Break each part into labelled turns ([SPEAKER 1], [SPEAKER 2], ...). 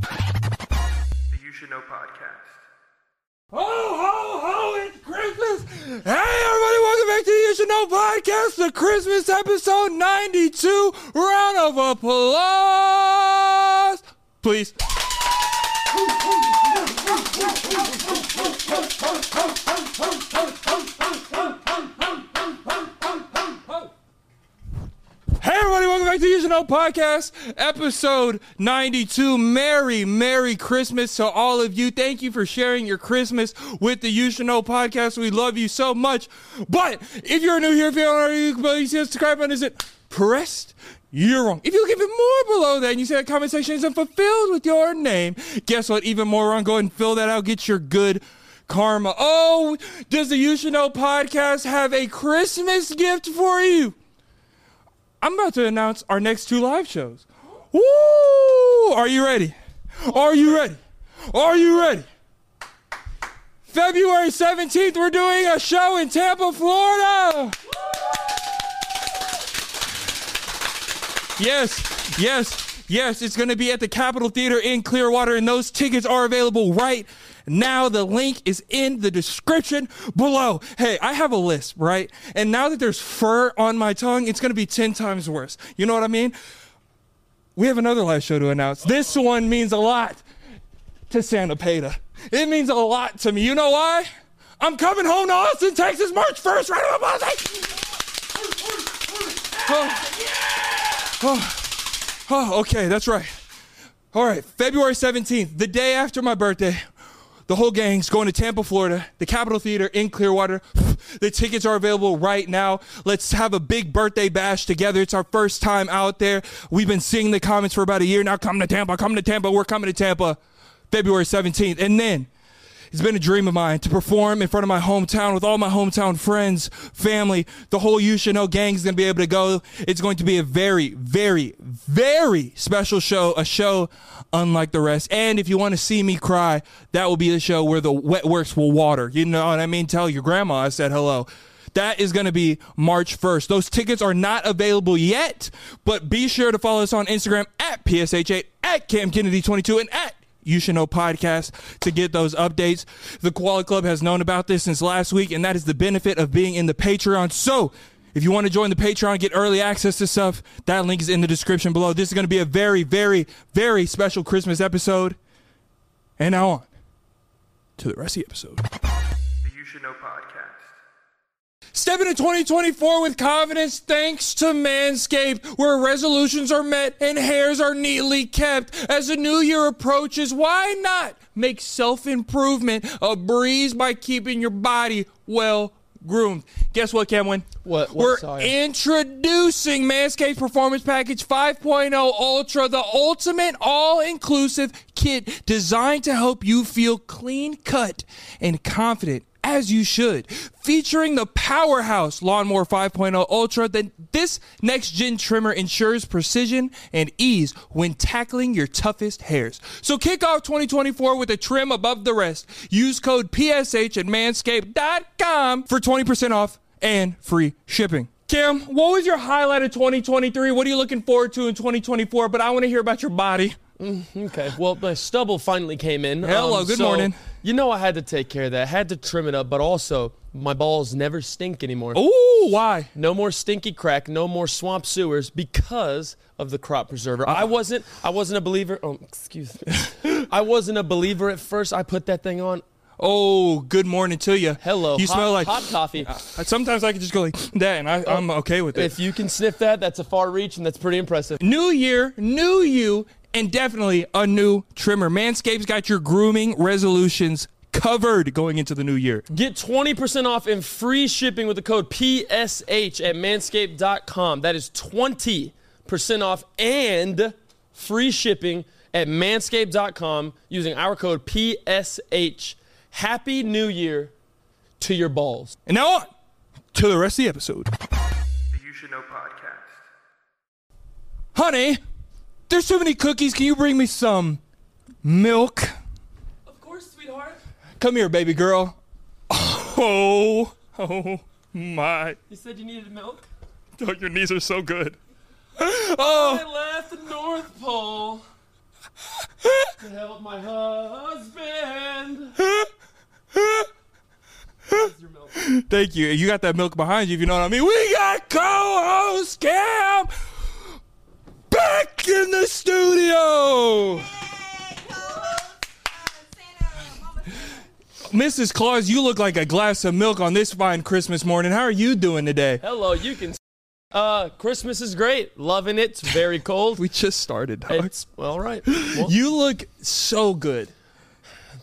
[SPEAKER 1] The You Should Know podcast.
[SPEAKER 2] Ho, ho, ho, it's Christmas! Hey, everybody, welcome back to the You Should Know Podcast, the Christmas episode 92. Round of applause, please. Hey everybody, welcome back to the Usual Podcast, episode 92. Merry, Merry Christmas to all of you. Thank you for sharing your Christmas with the Usual Podcast. We love you so much. But if you're new here, if you don't already, you see the subscribe button, is it pressed? You're wrong. If you look even more below that and you say that comment section isn't fulfilled with your name, guess what? Even more wrong. Go ahead and fill that out. Get your good karma. Oh, does the You Should Know podcast have a Christmas gift for you? I'm about to announce our next two live shows. Woo! Are you ready? Are you ready? Are you ready? February 17th, we're doing a show in Tampa, Florida. Yes, yes, yes. It's going to be at the Capitol Theater in Clearwater, and those tickets are available right now. The link is in the description below. Hey, I have a list, right? And now that there's fur on my tongue, it's going to be 10 times worse. You know what I mean? We have another live show to announce. This one means a lot to Santa Peta. It means a lot to me. You know why? I'm coming home to Austin, Texas, March 1st, right on my Oh, okay, that's right. All right, February 17th, the day after my birthday, the whole gang's going to Tampa, Florida, the Capitol Theater in Clearwater. The tickets are available right now. Let's have a big birthday bash together. It's our first time out there. We've been seeing the comments for about a year now. Come to Tampa, come to Tampa, we're coming to Tampa February 17th. And then it's been a dream of mine to perform in front of my hometown with all my hometown friends, family. The whole You Should Know gang is going to be able to go. It's going to be a very, very, very special show, a show unlike the rest. And if you want to see me cry, that will be the show where the wet works will water. You know what I mean? Tell your grandma I said hello. That is going to be March 1st. Those tickets are not available yet, but be sure to follow us on Instagram at PSH8, at Cam Kennedy22, and at You Should Know Podcast to get those updates. The Koala Club has known about this since last week, and that is the benefit of being in the Patreon. So, if you want to join the Patreon, get early access to stuff, that link is in the description below. This is going to be a very, very, very special Christmas episode. And now on to the rest of the episode.
[SPEAKER 1] The You Should Know podcast.
[SPEAKER 2] Step into 2024 with confidence thanks to Manscaped, where resolutions are met and hairs are neatly kept. As the new year approaches, why not make self improvement a breeze by keeping your body well groomed? Guess what, Camwin?
[SPEAKER 3] What- what,
[SPEAKER 2] We're
[SPEAKER 3] sorry?
[SPEAKER 2] introducing Manscaped Performance Package 5.0 Ultra, the ultimate all inclusive kit designed to help you feel clean cut and confident as you should. Featuring the powerhouse Lawnmower 5.0 Ultra, then this next gen trimmer ensures precision and ease when tackling your toughest hairs. So kick off 2024 with a trim above the rest. Use code PSH at manscaped.com for 20% off and free shipping. Kim, what was your highlight of 2023? What are you looking forward to in 2024? But I want to hear about your body.
[SPEAKER 3] Okay. Well, my stubble finally came in. Um,
[SPEAKER 2] Hello, good morning.
[SPEAKER 3] You know I had to take care of that. I had to trim it up, but also My balls never stink anymore.
[SPEAKER 2] Oh, why?
[SPEAKER 3] No more stinky crack, no more swamp sewers because of the crop preserver.
[SPEAKER 2] Uh.
[SPEAKER 3] I wasn't I wasn't a believer. Oh, excuse me. I wasn't a believer at first. I put that thing on.
[SPEAKER 2] Oh, good morning to you.
[SPEAKER 3] Hello.
[SPEAKER 2] You
[SPEAKER 3] hot,
[SPEAKER 2] smell like
[SPEAKER 3] hot coffee.
[SPEAKER 2] Sometimes I can just go like that, and I, I'm okay with it.
[SPEAKER 3] If you can sniff that, that's a far reach and that's pretty impressive.
[SPEAKER 2] New year, new you, and definitely a new trimmer. Manscaped's got your grooming resolutions covered going into the new year.
[SPEAKER 3] Get 20% off and free shipping with the code PSH at manscaped.com. That is 20% off and free shipping at manscaped.com using our code PSH. Happy New Year to your balls.
[SPEAKER 2] And now on to the rest of the episode.
[SPEAKER 1] The You Should Know podcast.
[SPEAKER 2] Honey, there's too many cookies. Can you bring me some milk?
[SPEAKER 3] Of course, sweetheart.
[SPEAKER 2] Come here, baby girl. Oh, oh my.
[SPEAKER 3] You said you needed milk.
[SPEAKER 2] Oh, your knees are so good. Oh,
[SPEAKER 3] I left the North Pole to help my husband.
[SPEAKER 2] Thank you. You got that milk behind you, if you know what I mean. We got co-host Cam back in the studio. Mrs. Claus, you look like a glass of milk on this fine Christmas morning. How are you doing today?
[SPEAKER 3] Hello, you can. Uh, Christmas is great. Loving it. It's very cold.
[SPEAKER 2] We just started. dog.
[SPEAKER 3] It's all right. Well,
[SPEAKER 2] You look so good.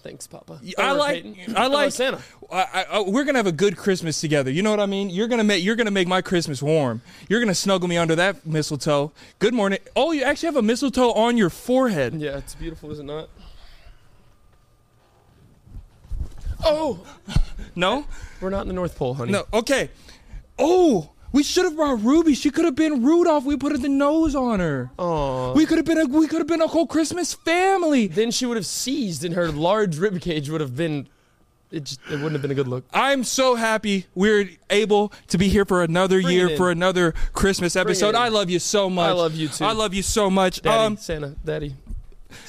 [SPEAKER 3] thanks, Papa.
[SPEAKER 2] I
[SPEAKER 3] Or
[SPEAKER 2] like.
[SPEAKER 3] Peyton.
[SPEAKER 2] I
[SPEAKER 3] Hello,
[SPEAKER 2] like
[SPEAKER 3] Santa.
[SPEAKER 2] I, I, I- we're gonna have a good Christmas together. You know what I mean? You're gonna make. You're gonna make my Christmas warm. You're gonna snuggle me under that mistletoe. Good morning. Oh, you actually have a mistletoe on your forehead.
[SPEAKER 3] Yeah, it's beautiful, is it not? Oh,
[SPEAKER 2] No.
[SPEAKER 3] we're not in the North Pole, honey.
[SPEAKER 2] No. Okay. Oh, we should have brought Ruby. She could have been Rudolph. We put the nose on her.
[SPEAKER 3] Aw.
[SPEAKER 2] We could have been a. We could have been a whole Christmas family.
[SPEAKER 3] Then she would have seized, and her large rib cage would have been. It, just, it wouldn't have been a good look.
[SPEAKER 2] I'm so happy we're able to be here for another
[SPEAKER 3] Bring
[SPEAKER 2] year,
[SPEAKER 3] it in.
[SPEAKER 2] for another Christmas episode.
[SPEAKER 3] in.
[SPEAKER 2] I love you so much.
[SPEAKER 3] I love you too.
[SPEAKER 2] I love you so much.
[SPEAKER 3] Daddy,
[SPEAKER 2] Um,
[SPEAKER 3] Santa, Daddy.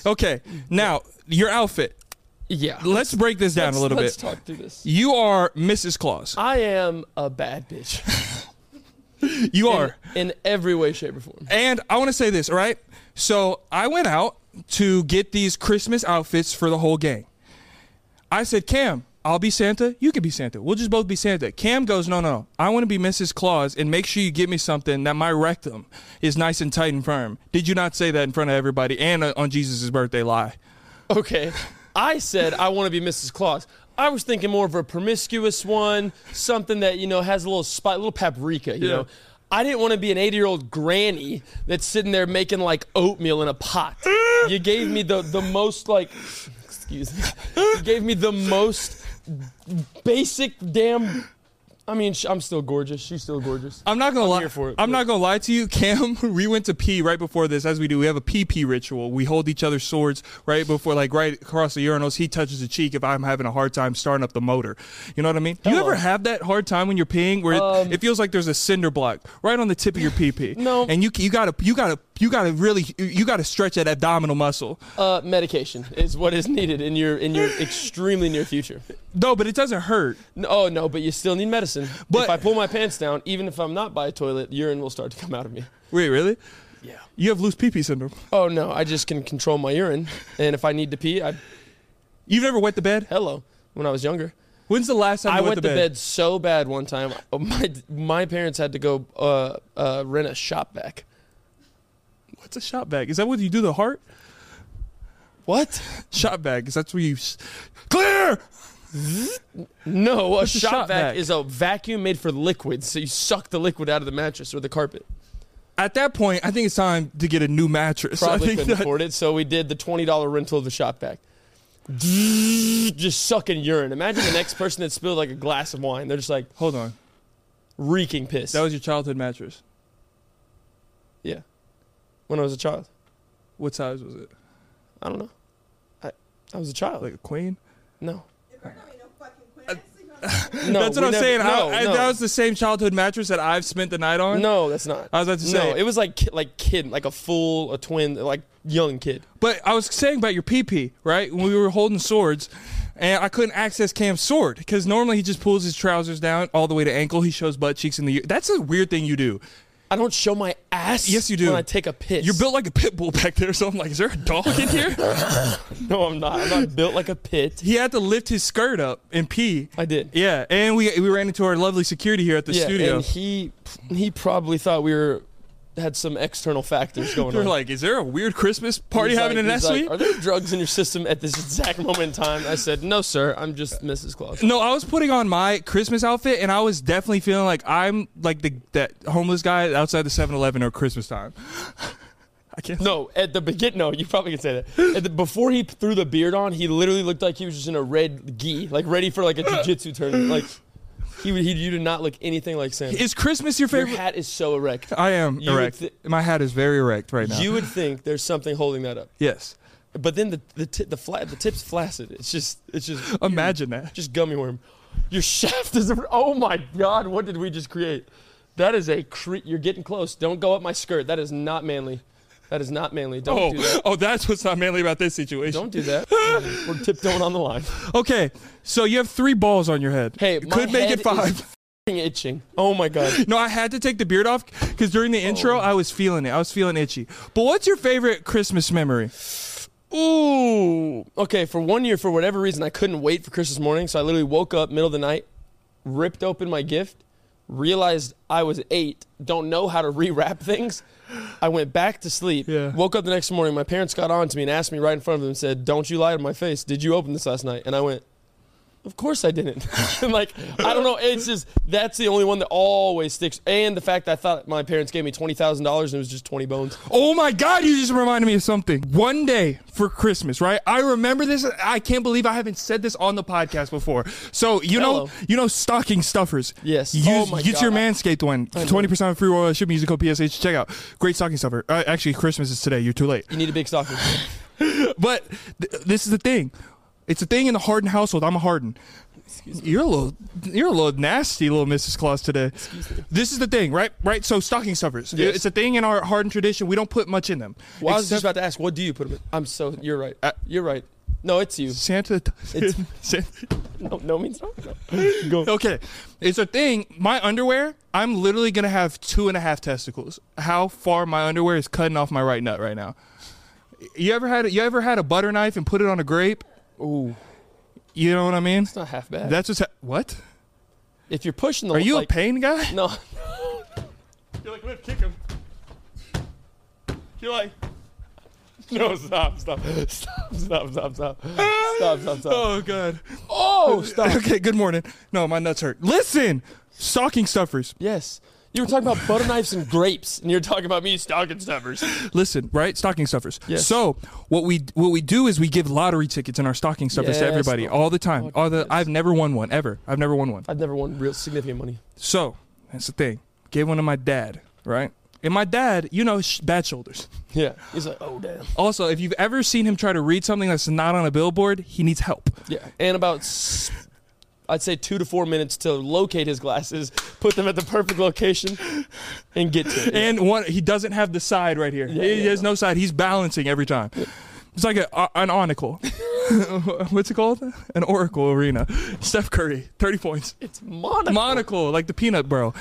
[SPEAKER 2] okay, now your outfit.
[SPEAKER 3] Yeah.
[SPEAKER 2] Let's break this down a little
[SPEAKER 3] let's
[SPEAKER 2] bit.
[SPEAKER 3] talk through this.
[SPEAKER 2] You are Mrs. Claus.
[SPEAKER 3] I am a bad bitch.
[SPEAKER 2] You are.
[SPEAKER 3] in every way, shape, or form.
[SPEAKER 2] And I want to say this, all right? So I went out to get these Christmas outfits for the whole gang. I said, Cam, I'll be Santa. You can be Santa. We'll just both be Santa. Cam goes, No, no, no. I want to be Mrs. Claus and make sure you get me something that my rectum is nice and tight and firm. Did you not say that in front of everybody and uh, on Jesus' birthday lie?
[SPEAKER 3] Okay. I said I want to be Mrs. Claus. I was thinking more of a promiscuous one, something that, you know, has a little spot, little paprika, you
[SPEAKER 2] Yeah.
[SPEAKER 3] know. I didn't want to be an 80 year old granny that's sitting there making like oatmeal in a pot. you gave me the, the most, like, excuse me, you gave me the most basic damn. I mean, sh- I'm still gorgeous. She's still gorgeous.
[SPEAKER 2] I'm not gonna lie.
[SPEAKER 3] here for it,
[SPEAKER 2] I'm
[SPEAKER 3] but-
[SPEAKER 2] not gonna lie to you, Cam. We went to pee right before this, as we do. We have a pee pee ritual. We hold each other's swords right before, like right across the urinals. He touches the cheek if I'm having a hard time starting up the motor. You know what I mean? Do you
[SPEAKER 3] Hello. Um,
[SPEAKER 2] ever have that hard time when you're peeing where it- it, feels like there's a cinder block right on the tip of your pee pee?
[SPEAKER 3] No.
[SPEAKER 2] And you you gotta you gotta you gotta really you gotta stretch that abdominal muscle.
[SPEAKER 3] Uh, medication is what is needed in your in your extremely near future.
[SPEAKER 2] No, but it doesn't hurt.
[SPEAKER 3] No, oh no, but you still need medicine.
[SPEAKER 2] But-
[SPEAKER 3] if I pull my pants down, even if I'm not by a toilet, urine will start to come out of me.
[SPEAKER 2] Wait, really? Yeah. You have loose pee pee syndrome.
[SPEAKER 3] Oh no, I just can control my urine, and if I need to pee, I
[SPEAKER 2] You've never wet the bed?
[SPEAKER 3] hello. When I was younger,
[SPEAKER 2] When's the last time you
[SPEAKER 3] I
[SPEAKER 2] wet
[SPEAKER 3] went to bed. so bad one time. oh, My my parents had to go uh, uh, rent a shop vac.
[SPEAKER 2] What's a shot bag? Is that what you do the heart?
[SPEAKER 3] What?
[SPEAKER 2] Shot bag, 'cause that's where you s- clear.
[SPEAKER 3] No, a
[SPEAKER 2] What's a
[SPEAKER 3] shop,
[SPEAKER 2] shop
[SPEAKER 3] vac,
[SPEAKER 2] vac?
[SPEAKER 3] is a vacuum made for liquids, so you suck the liquid out of the mattress or the carpet.
[SPEAKER 2] At that point, I think it's time to get a new mattress. I
[SPEAKER 3] Probably
[SPEAKER 2] think
[SPEAKER 3] couldn't
[SPEAKER 2] that-
[SPEAKER 3] afford it, so we did the twenty dollar rental of the shop vac. Just sucking urine. Imagine the next person that spilled like a glass of wine. They're just like
[SPEAKER 2] Hold on,
[SPEAKER 3] reeking piss.
[SPEAKER 2] that was your childhood mattress.
[SPEAKER 3] yeah. When I was a child,
[SPEAKER 2] What size was it?
[SPEAKER 3] I don't know. I I was a child.
[SPEAKER 2] Like a queen?
[SPEAKER 3] no.
[SPEAKER 4] That's
[SPEAKER 3] No,
[SPEAKER 2] that's what
[SPEAKER 3] we
[SPEAKER 2] I'm
[SPEAKER 3] never-
[SPEAKER 2] saying. I-
[SPEAKER 3] No,
[SPEAKER 2] I-
[SPEAKER 3] no.
[SPEAKER 2] That was the same childhood mattress that I've spent the night on.
[SPEAKER 3] no, that's not.
[SPEAKER 2] I was about to
[SPEAKER 3] no.
[SPEAKER 2] say-
[SPEAKER 3] It was like ki- like kid, like a full, a twin, like young kid.
[SPEAKER 2] But I was saying about your pee pee, right? When we were holding swords, and I couldn't access Cam's sword because normally he just pulls his trousers down all the way to ankle. He shows butt cheeks in the. That's a weird thing you do.
[SPEAKER 3] I don't show my ass.
[SPEAKER 2] Yes, you do.
[SPEAKER 3] When I take a piss,
[SPEAKER 2] You're built like a pit bull back there, so I'm like, is there a dog in here?
[SPEAKER 3] No, I'm not. I'm not built like a pit.
[SPEAKER 2] he had to lift his skirt up and pee.
[SPEAKER 3] I did.
[SPEAKER 2] Yeah, and we we ran into our lovely security here at the
[SPEAKER 3] yeah,
[SPEAKER 2] studio.
[SPEAKER 3] and he he probably thought we were had some external factors going
[SPEAKER 2] They're
[SPEAKER 3] on.
[SPEAKER 2] like, is there a weird Christmas party
[SPEAKER 3] He's
[SPEAKER 2] happening in
[SPEAKER 3] like- he's
[SPEAKER 2] that
[SPEAKER 3] like,
[SPEAKER 2] suite?
[SPEAKER 3] Are there drugs in your system at this exact moment in time? I said, No, sir. I'm just Mrs. Claus.
[SPEAKER 2] No, I was putting on my Christmas outfit, and I was definitely feeling like I'm like the that homeless guy outside the 7-Eleven or Christmas time. I can't.
[SPEAKER 3] No, at the begin, no, you probably can say that. At the, before he threw the beard on, he literally looked like he was just in a red gi, like ready for like a jiu-jitsu tournament. Like he, would- he, you did not look anything like Santa.
[SPEAKER 2] Is Christmas your
[SPEAKER 3] your
[SPEAKER 2] favorite?
[SPEAKER 3] hat is so erect.
[SPEAKER 2] I am
[SPEAKER 3] You would
[SPEAKER 2] erect.
[SPEAKER 3] thi-
[SPEAKER 2] my hat is very erect right now.
[SPEAKER 3] You would think there's something holding that up,
[SPEAKER 2] yes.
[SPEAKER 3] but then the the ti- the, fla- the tip's flaccid. It's just it's just weird.
[SPEAKER 2] Imagine that.
[SPEAKER 3] just gummy worm. Your shaft is. Oh my god! What did we just create? That is a. Cre- you're getting close. Don't go up my skirt. That is not manly. That is not manly. Don't do
[SPEAKER 2] Oh,
[SPEAKER 3] that.
[SPEAKER 2] oh, that's what's not manly about this situation.
[SPEAKER 3] Don't do that. We're tiptoeing on the line.
[SPEAKER 2] Okay, so you have three balls on your head.
[SPEAKER 3] Hey, my
[SPEAKER 2] could make
[SPEAKER 3] head
[SPEAKER 2] it
[SPEAKER 3] is
[SPEAKER 2] five.
[SPEAKER 3] f***ing itching. Oh my god.
[SPEAKER 2] No, I had to take the beard off because during the intro,
[SPEAKER 3] Oh.
[SPEAKER 2] I was feeling it. I was feeling itchy. But what's your favorite Christmas memory?
[SPEAKER 3] Ooh. Okay. For one year, for whatever reason, I couldn't wait for Christmas morning, so I literally woke up middle of the night, ripped open my gift, realized I was eight, don't know how to rewrap things. I went back to sleep.
[SPEAKER 2] Yeah.
[SPEAKER 3] Woke up the next morning. My parents got on to me and asked me right in front of them. Said, "Don't you lie to my face? Did you open this last night?" And I went, "Of course I didn't." I'm like, I don't know. It's just that's the only one that always sticks. And the fact that I thought my parents gave me twenty thousand dollars and it was just twenty bones.
[SPEAKER 2] Oh my God, you just reminded me of something. One day for Christmas, right? I remember this. I can't believe I haven't said this on the podcast before. So you know,
[SPEAKER 3] Hello.
[SPEAKER 2] you know, stocking stuffers.
[SPEAKER 3] Yes.
[SPEAKER 2] Use,
[SPEAKER 3] Oh my
[SPEAKER 2] get your
[SPEAKER 3] God.
[SPEAKER 2] Manscaped one. Twenty percent off free royal ship musical PSH. Check out great stocking stuffer. Uh, actually, Christmas is today. You're too late.
[SPEAKER 3] You need a big stocking.
[SPEAKER 2] But th- this is the thing. It's a thing in the Harden household. I'm a Harden. You're a little, you're a little nasty, little Mrs. Claus today. This is the thing, right? Right. So stocking stuffers.
[SPEAKER 3] Yes.
[SPEAKER 2] It's a thing in our Harden tradition. We don't put much in them.
[SPEAKER 3] Well, I was just
[SPEAKER 2] Except
[SPEAKER 3] about to ask, what do you put them in? I'm so. You're right.
[SPEAKER 2] Uh,
[SPEAKER 3] you're right. No, it's you.
[SPEAKER 2] Santa.
[SPEAKER 3] It's-
[SPEAKER 2] Santa-
[SPEAKER 3] No, no means no. no. Go.
[SPEAKER 2] okay, it's a thing. My underwear. I'm literally gonna have two and a half testicles. How far my underwear is cutting off my right nut right now? You ever had? You ever had a butter knife and put it on a grape?
[SPEAKER 3] Ooh,
[SPEAKER 2] You know what I mean?
[SPEAKER 3] it's not half bad.
[SPEAKER 2] That's just ha- what.
[SPEAKER 3] if you're pushing the.
[SPEAKER 2] Are you
[SPEAKER 3] like,
[SPEAKER 2] a pain guy?
[SPEAKER 3] No.
[SPEAKER 2] You're like, "Liv, kick him.
[SPEAKER 3] You're like. No, stop, stop, stop, stop, stop, stop, stop, stop, stop.
[SPEAKER 2] Oh god.
[SPEAKER 3] Oh, stop.
[SPEAKER 2] Okay, good morning. No, my nuts hurt. Listen, stocking stuffers.
[SPEAKER 3] Yes. You were talking about butter knives and grapes, and you're talking about me stocking stuffers.
[SPEAKER 2] Listen, right? Stocking stuffers.
[SPEAKER 3] Yes.
[SPEAKER 2] So what we what we do is we give lottery tickets in our stocking stuffers to
[SPEAKER 3] Yes.
[SPEAKER 2] everybody all the time. All the I've never won one ever. I've never won one.
[SPEAKER 3] I've never won real significant money.
[SPEAKER 2] So that's the thing. Gave one to my dad, right? And my dad, you know, sh- bad shoulders.
[SPEAKER 3] Yeah. He's like, oh damn.
[SPEAKER 2] Also, if you've ever seen him try to read something that's not on a billboard, he needs help.
[SPEAKER 3] Yeah, and about s- I'd say two to four minutes to locate his glasses, put them at the perfect location, and get to it.
[SPEAKER 2] and one he doesn't have the side right here.
[SPEAKER 3] Yeah,
[SPEAKER 2] he
[SPEAKER 3] yeah,
[SPEAKER 2] has no side. He's balancing every time. It's like a, an oracle. What's it called? An oracle arena. Steph Curry, thirty points.
[SPEAKER 3] it's Monaco.
[SPEAKER 2] Monocle, like the peanut bro.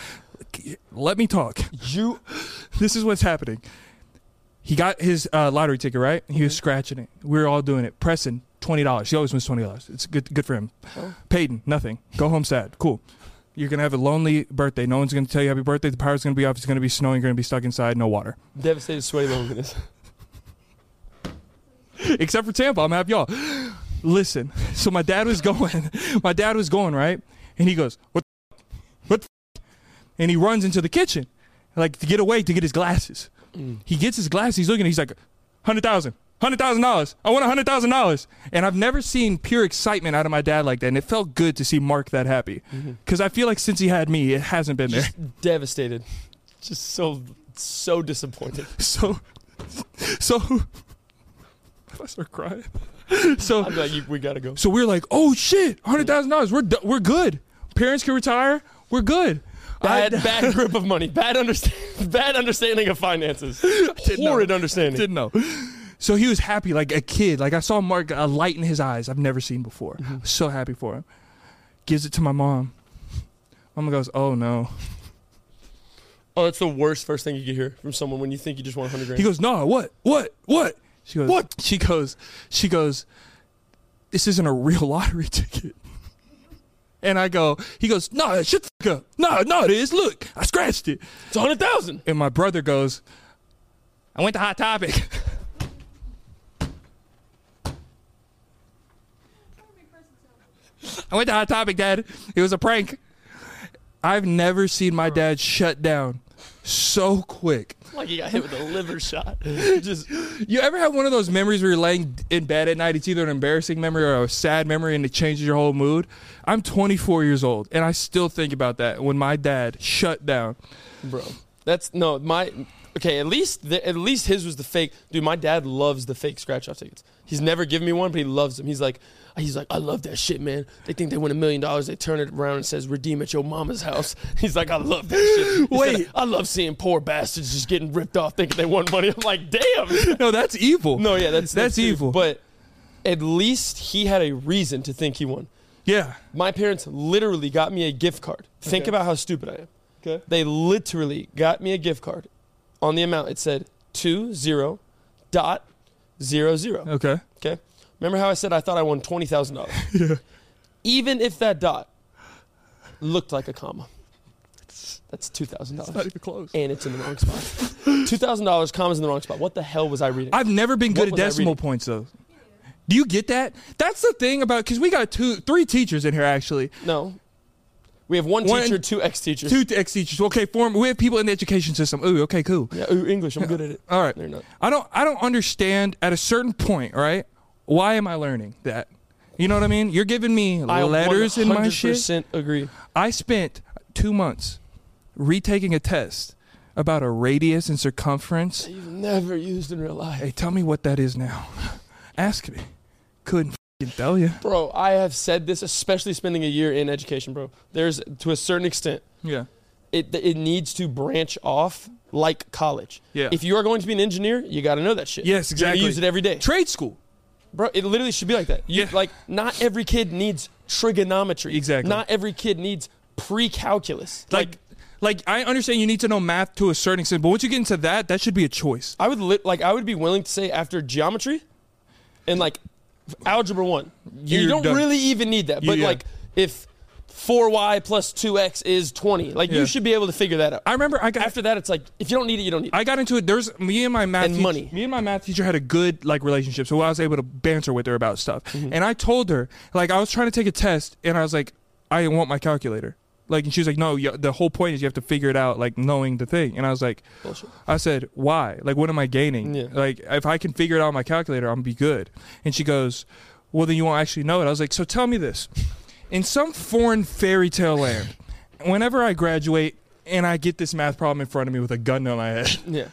[SPEAKER 2] Let me talk.
[SPEAKER 3] You
[SPEAKER 2] This is what's happening. He got his uh, lottery ticket right. He was scratching it. We were all doing it. Pressing twenty dollars. He always wins twenty dollars. It's good, good for him. Peyton, nothing. Go home sad. Cool. You're gonna have a lonely birthday. No one's gonna tell you happy birthday. The power's gonna be off. It's gonna be snowing. You're gonna be stuck inside. No water.
[SPEAKER 3] devastated sweaty loneliness.
[SPEAKER 2] except for Tampa. I'm happy y'all. Listen, so my dad was going, my dad was going right, and he goes, "What? the f- What?" the f-?" And he runs into the kitchen, like to get away to get his glasses. He gets his glasses. He's looking. He's like, hundred thousand. Hundred thousand dollars. I want hundred thousand dollars. And I've never seen pure excitement out of my dad like that. And it felt good to see Mark that happy. Because I feel like since he had me, it hasn't been there.
[SPEAKER 3] devastated. Just so so disappointed.
[SPEAKER 2] So, so, if I start crying, so
[SPEAKER 3] I'm like, you, we gotta go.
[SPEAKER 2] So we're like, oh shit, hundred thousand dollars. We're do- we're good. Parents can retire. We're good.
[SPEAKER 3] Bad,
[SPEAKER 2] I
[SPEAKER 3] bad grip of money. Bad understand. Bad understanding of finances.
[SPEAKER 2] know.
[SPEAKER 3] Horrid understanding.
[SPEAKER 2] didn't know. So he was happy, like a kid. Like I saw Mark a light in his eyes I've never seen before.
[SPEAKER 3] Mm-hmm.
[SPEAKER 2] I was so happy for him. Gives it to my mom. Mama goes, "Oh no."
[SPEAKER 3] Oh, that's the worst first thing you could hear from someone when you think you just won 100 grand.
[SPEAKER 2] He goes, "No, what? What? What?" She goes,
[SPEAKER 3] What?
[SPEAKER 2] She goes, she goes, "This isn't a real lottery ticket." And I go, he goes, "No, shut the fuck up. No, no, it is. Look, I scratched it."
[SPEAKER 3] it's 100,000.
[SPEAKER 2] And my brother goes, "I went to Hot Topic." I went to Hot Topic, Dad. It was a prank. I've never seen my dad shut down so quick.
[SPEAKER 3] Like he got hit with a liver shot. Just
[SPEAKER 2] You ever have one of those memories where you're laying in bed at night? It's either an embarrassing memory or a sad memory, and it changes your whole mood. I'm 24 years old, and I still think about that when my dad shut down.
[SPEAKER 3] bro. That's no my. Okay, at least the, at least his was the fake. Dude, my dad loves the fake scratch off tickets. He's never given me one, but he loves them. He's like, he's like, I love that shit, man. They think they win a million dollars. They turn it around and says redeem at your mama's house. He's like, I love that shit. He said,
[SPEAKER 2] Wait.
[SPEAKER 3] I love seeing poor bastards just getting ripped off thinking they won money. I'm like, damn.
[SPEAKER 2] No, that's evil.
[SPEAKER 3] No, yeah, that's
[SPEAKER 2] That's evil.
[SPEAKER 3] But at least he had a reason to think he won.
[SPEAKER 2] yeah,
[SPEAKER 3] My parents literally got me a gift card. Think about how stupid I am.
[SPEAKER 2] Okay.
[SPEAKER 3] They literally got me a gift card. On the amount, it said two zero dot zero zero.
[SPEAKER 2] okay,
[SPEAKER 3] Okay. Remember how I said I thought I won twenty thousand dollars?
[SPEAKER 2] yeah,
[SPEAKER 3] Even if that dot looked like a comma, that's two thousand
[SPEAKER 2] not
[SPEAKER 3] dollars,
[SPEAKER 2] even close.
[SPEAKER 3] and it's in the wrong spot. two thousand dollars, commas in the wrong spot. What the hell was I reading?
[SPEAKER 2] I've never been good
[SPEAKER 3] What
[SPEAKER 2] at
[SPEAKER 3] was I
[SPEAKER 2] decimal
[SPEAKER 3] reading?
[SPEAKER 2] points though. Do you get that? That's the thing about because we got two, three teachers in here actually.
[SPEAKER 3] no. We have one,
[SPEAKER 2] One-
[SPEAKER 3] teacher, two ex teachers.
[SPEAKER 2] Two ex teachers. Okay, form. We have people in the education system. Ooh, okay, cool.
[SPEAKER 3] Yeah, ooh, English. I'm good at it.
[SPEAKER 2] All right.
[SPEAKER 3] They're not.
[SPEAKER 2] I don't I don't understand at a certain point, right? Why am I learning that? You know what I mean? You're giving me
[SPEAKER 3] I
[SPEAKER 2] letters in my shit.
[SPEAKER 3] 100% agree.
[SPEAKER 2] I spent 2 months retaking a test about a radius and circumference.
[SPEAKER 3] You've never used in real life.
[SPEAKER 2] Hey, tell me what that is now. Ask me. Couldn't fing tell you.
[SPEAKER 3] Bro, I have said this, especially spending a year in education, bro. There's, to a certain extent,
[SPEAKER 2] Yeah.
[SPEAKER 3] it, it needs to branch off like college.
[SPEAKER 2] Yeah.
[SPEAKER 3] If you are going to be an engineer, you got to know that shit.
[SPEAKER 2] Yes,
[SPEAKER 3] You gotta
[SPEAKER 2] exactly.
[SPEAKER 3] use it every day.
[SPEAKER 2] Trade school.
[SPEAKER 3] Bro, it literally should be like that. You,
[SPEAKER 2] Yeah.
[SPEAKER 3] Like, not every kid needs trigonometry.
[SPEAKER 2] Exactly.
[SPEAKER 3] Not every kid needs pre calculus.
[SPEAKER 2] Like like I understand you need to know math to a certain extent, but once you get into that, that should be a choice.
[SPEAKER 3] I would li- like I would be willing to say after geometry and like f- algebra one. you
[SPEAKER 2] You're
[SPEAKER 3] don't
[SPEAKER 2] done.
[SPEAKER 3] really even need that.
[SPEAKER 2] You-
[SPEAKER 3] But
[SPEAKER 2] yeah.
[SPEAKER 3] like if four y plus two x is twenty, like
[SPEAKER 2] Yeah.
[SPEAKER 3] you should be able to figure that out.
[SPEAKER 2] I remember I got
[SPEAKER 3] after that, it's like if you don't need it, you don't need it.
[SPEAKER 2] I got into it. There's me and my math
[SPEAKER 3] And
[SPEAKER 2] teach-
[SPEAKER 3] money.
[SPEAKER 2] Me and my math teacher had a good like relationship, so I was able to banter with her about stuff.
[SPEAKER 3] Mm-hmm.
[SPEAKER 2] And I told her like I was trying to take a test, and I was like, I want my calculator. Like, and she was like, No, you, the whole point is you have to figure it out, like knowing the thing. And I was like,
[SPEAKER 3] Bullshit.
[SPEAKER 2] I said, Why? Like, what am I gaining?
[SPEAKER 3] Yeah.
[SPEAKER 2] Like, if I can figure it out on my calculator, I'm gonna be good. And she goes, Well, then you won't actually know it. I was like, So tell me this: in some foreign fairy tale land, whenever I graduate. And I get this math problem in front of me with a gun on my head.
[SPEAKER 3] Yeah,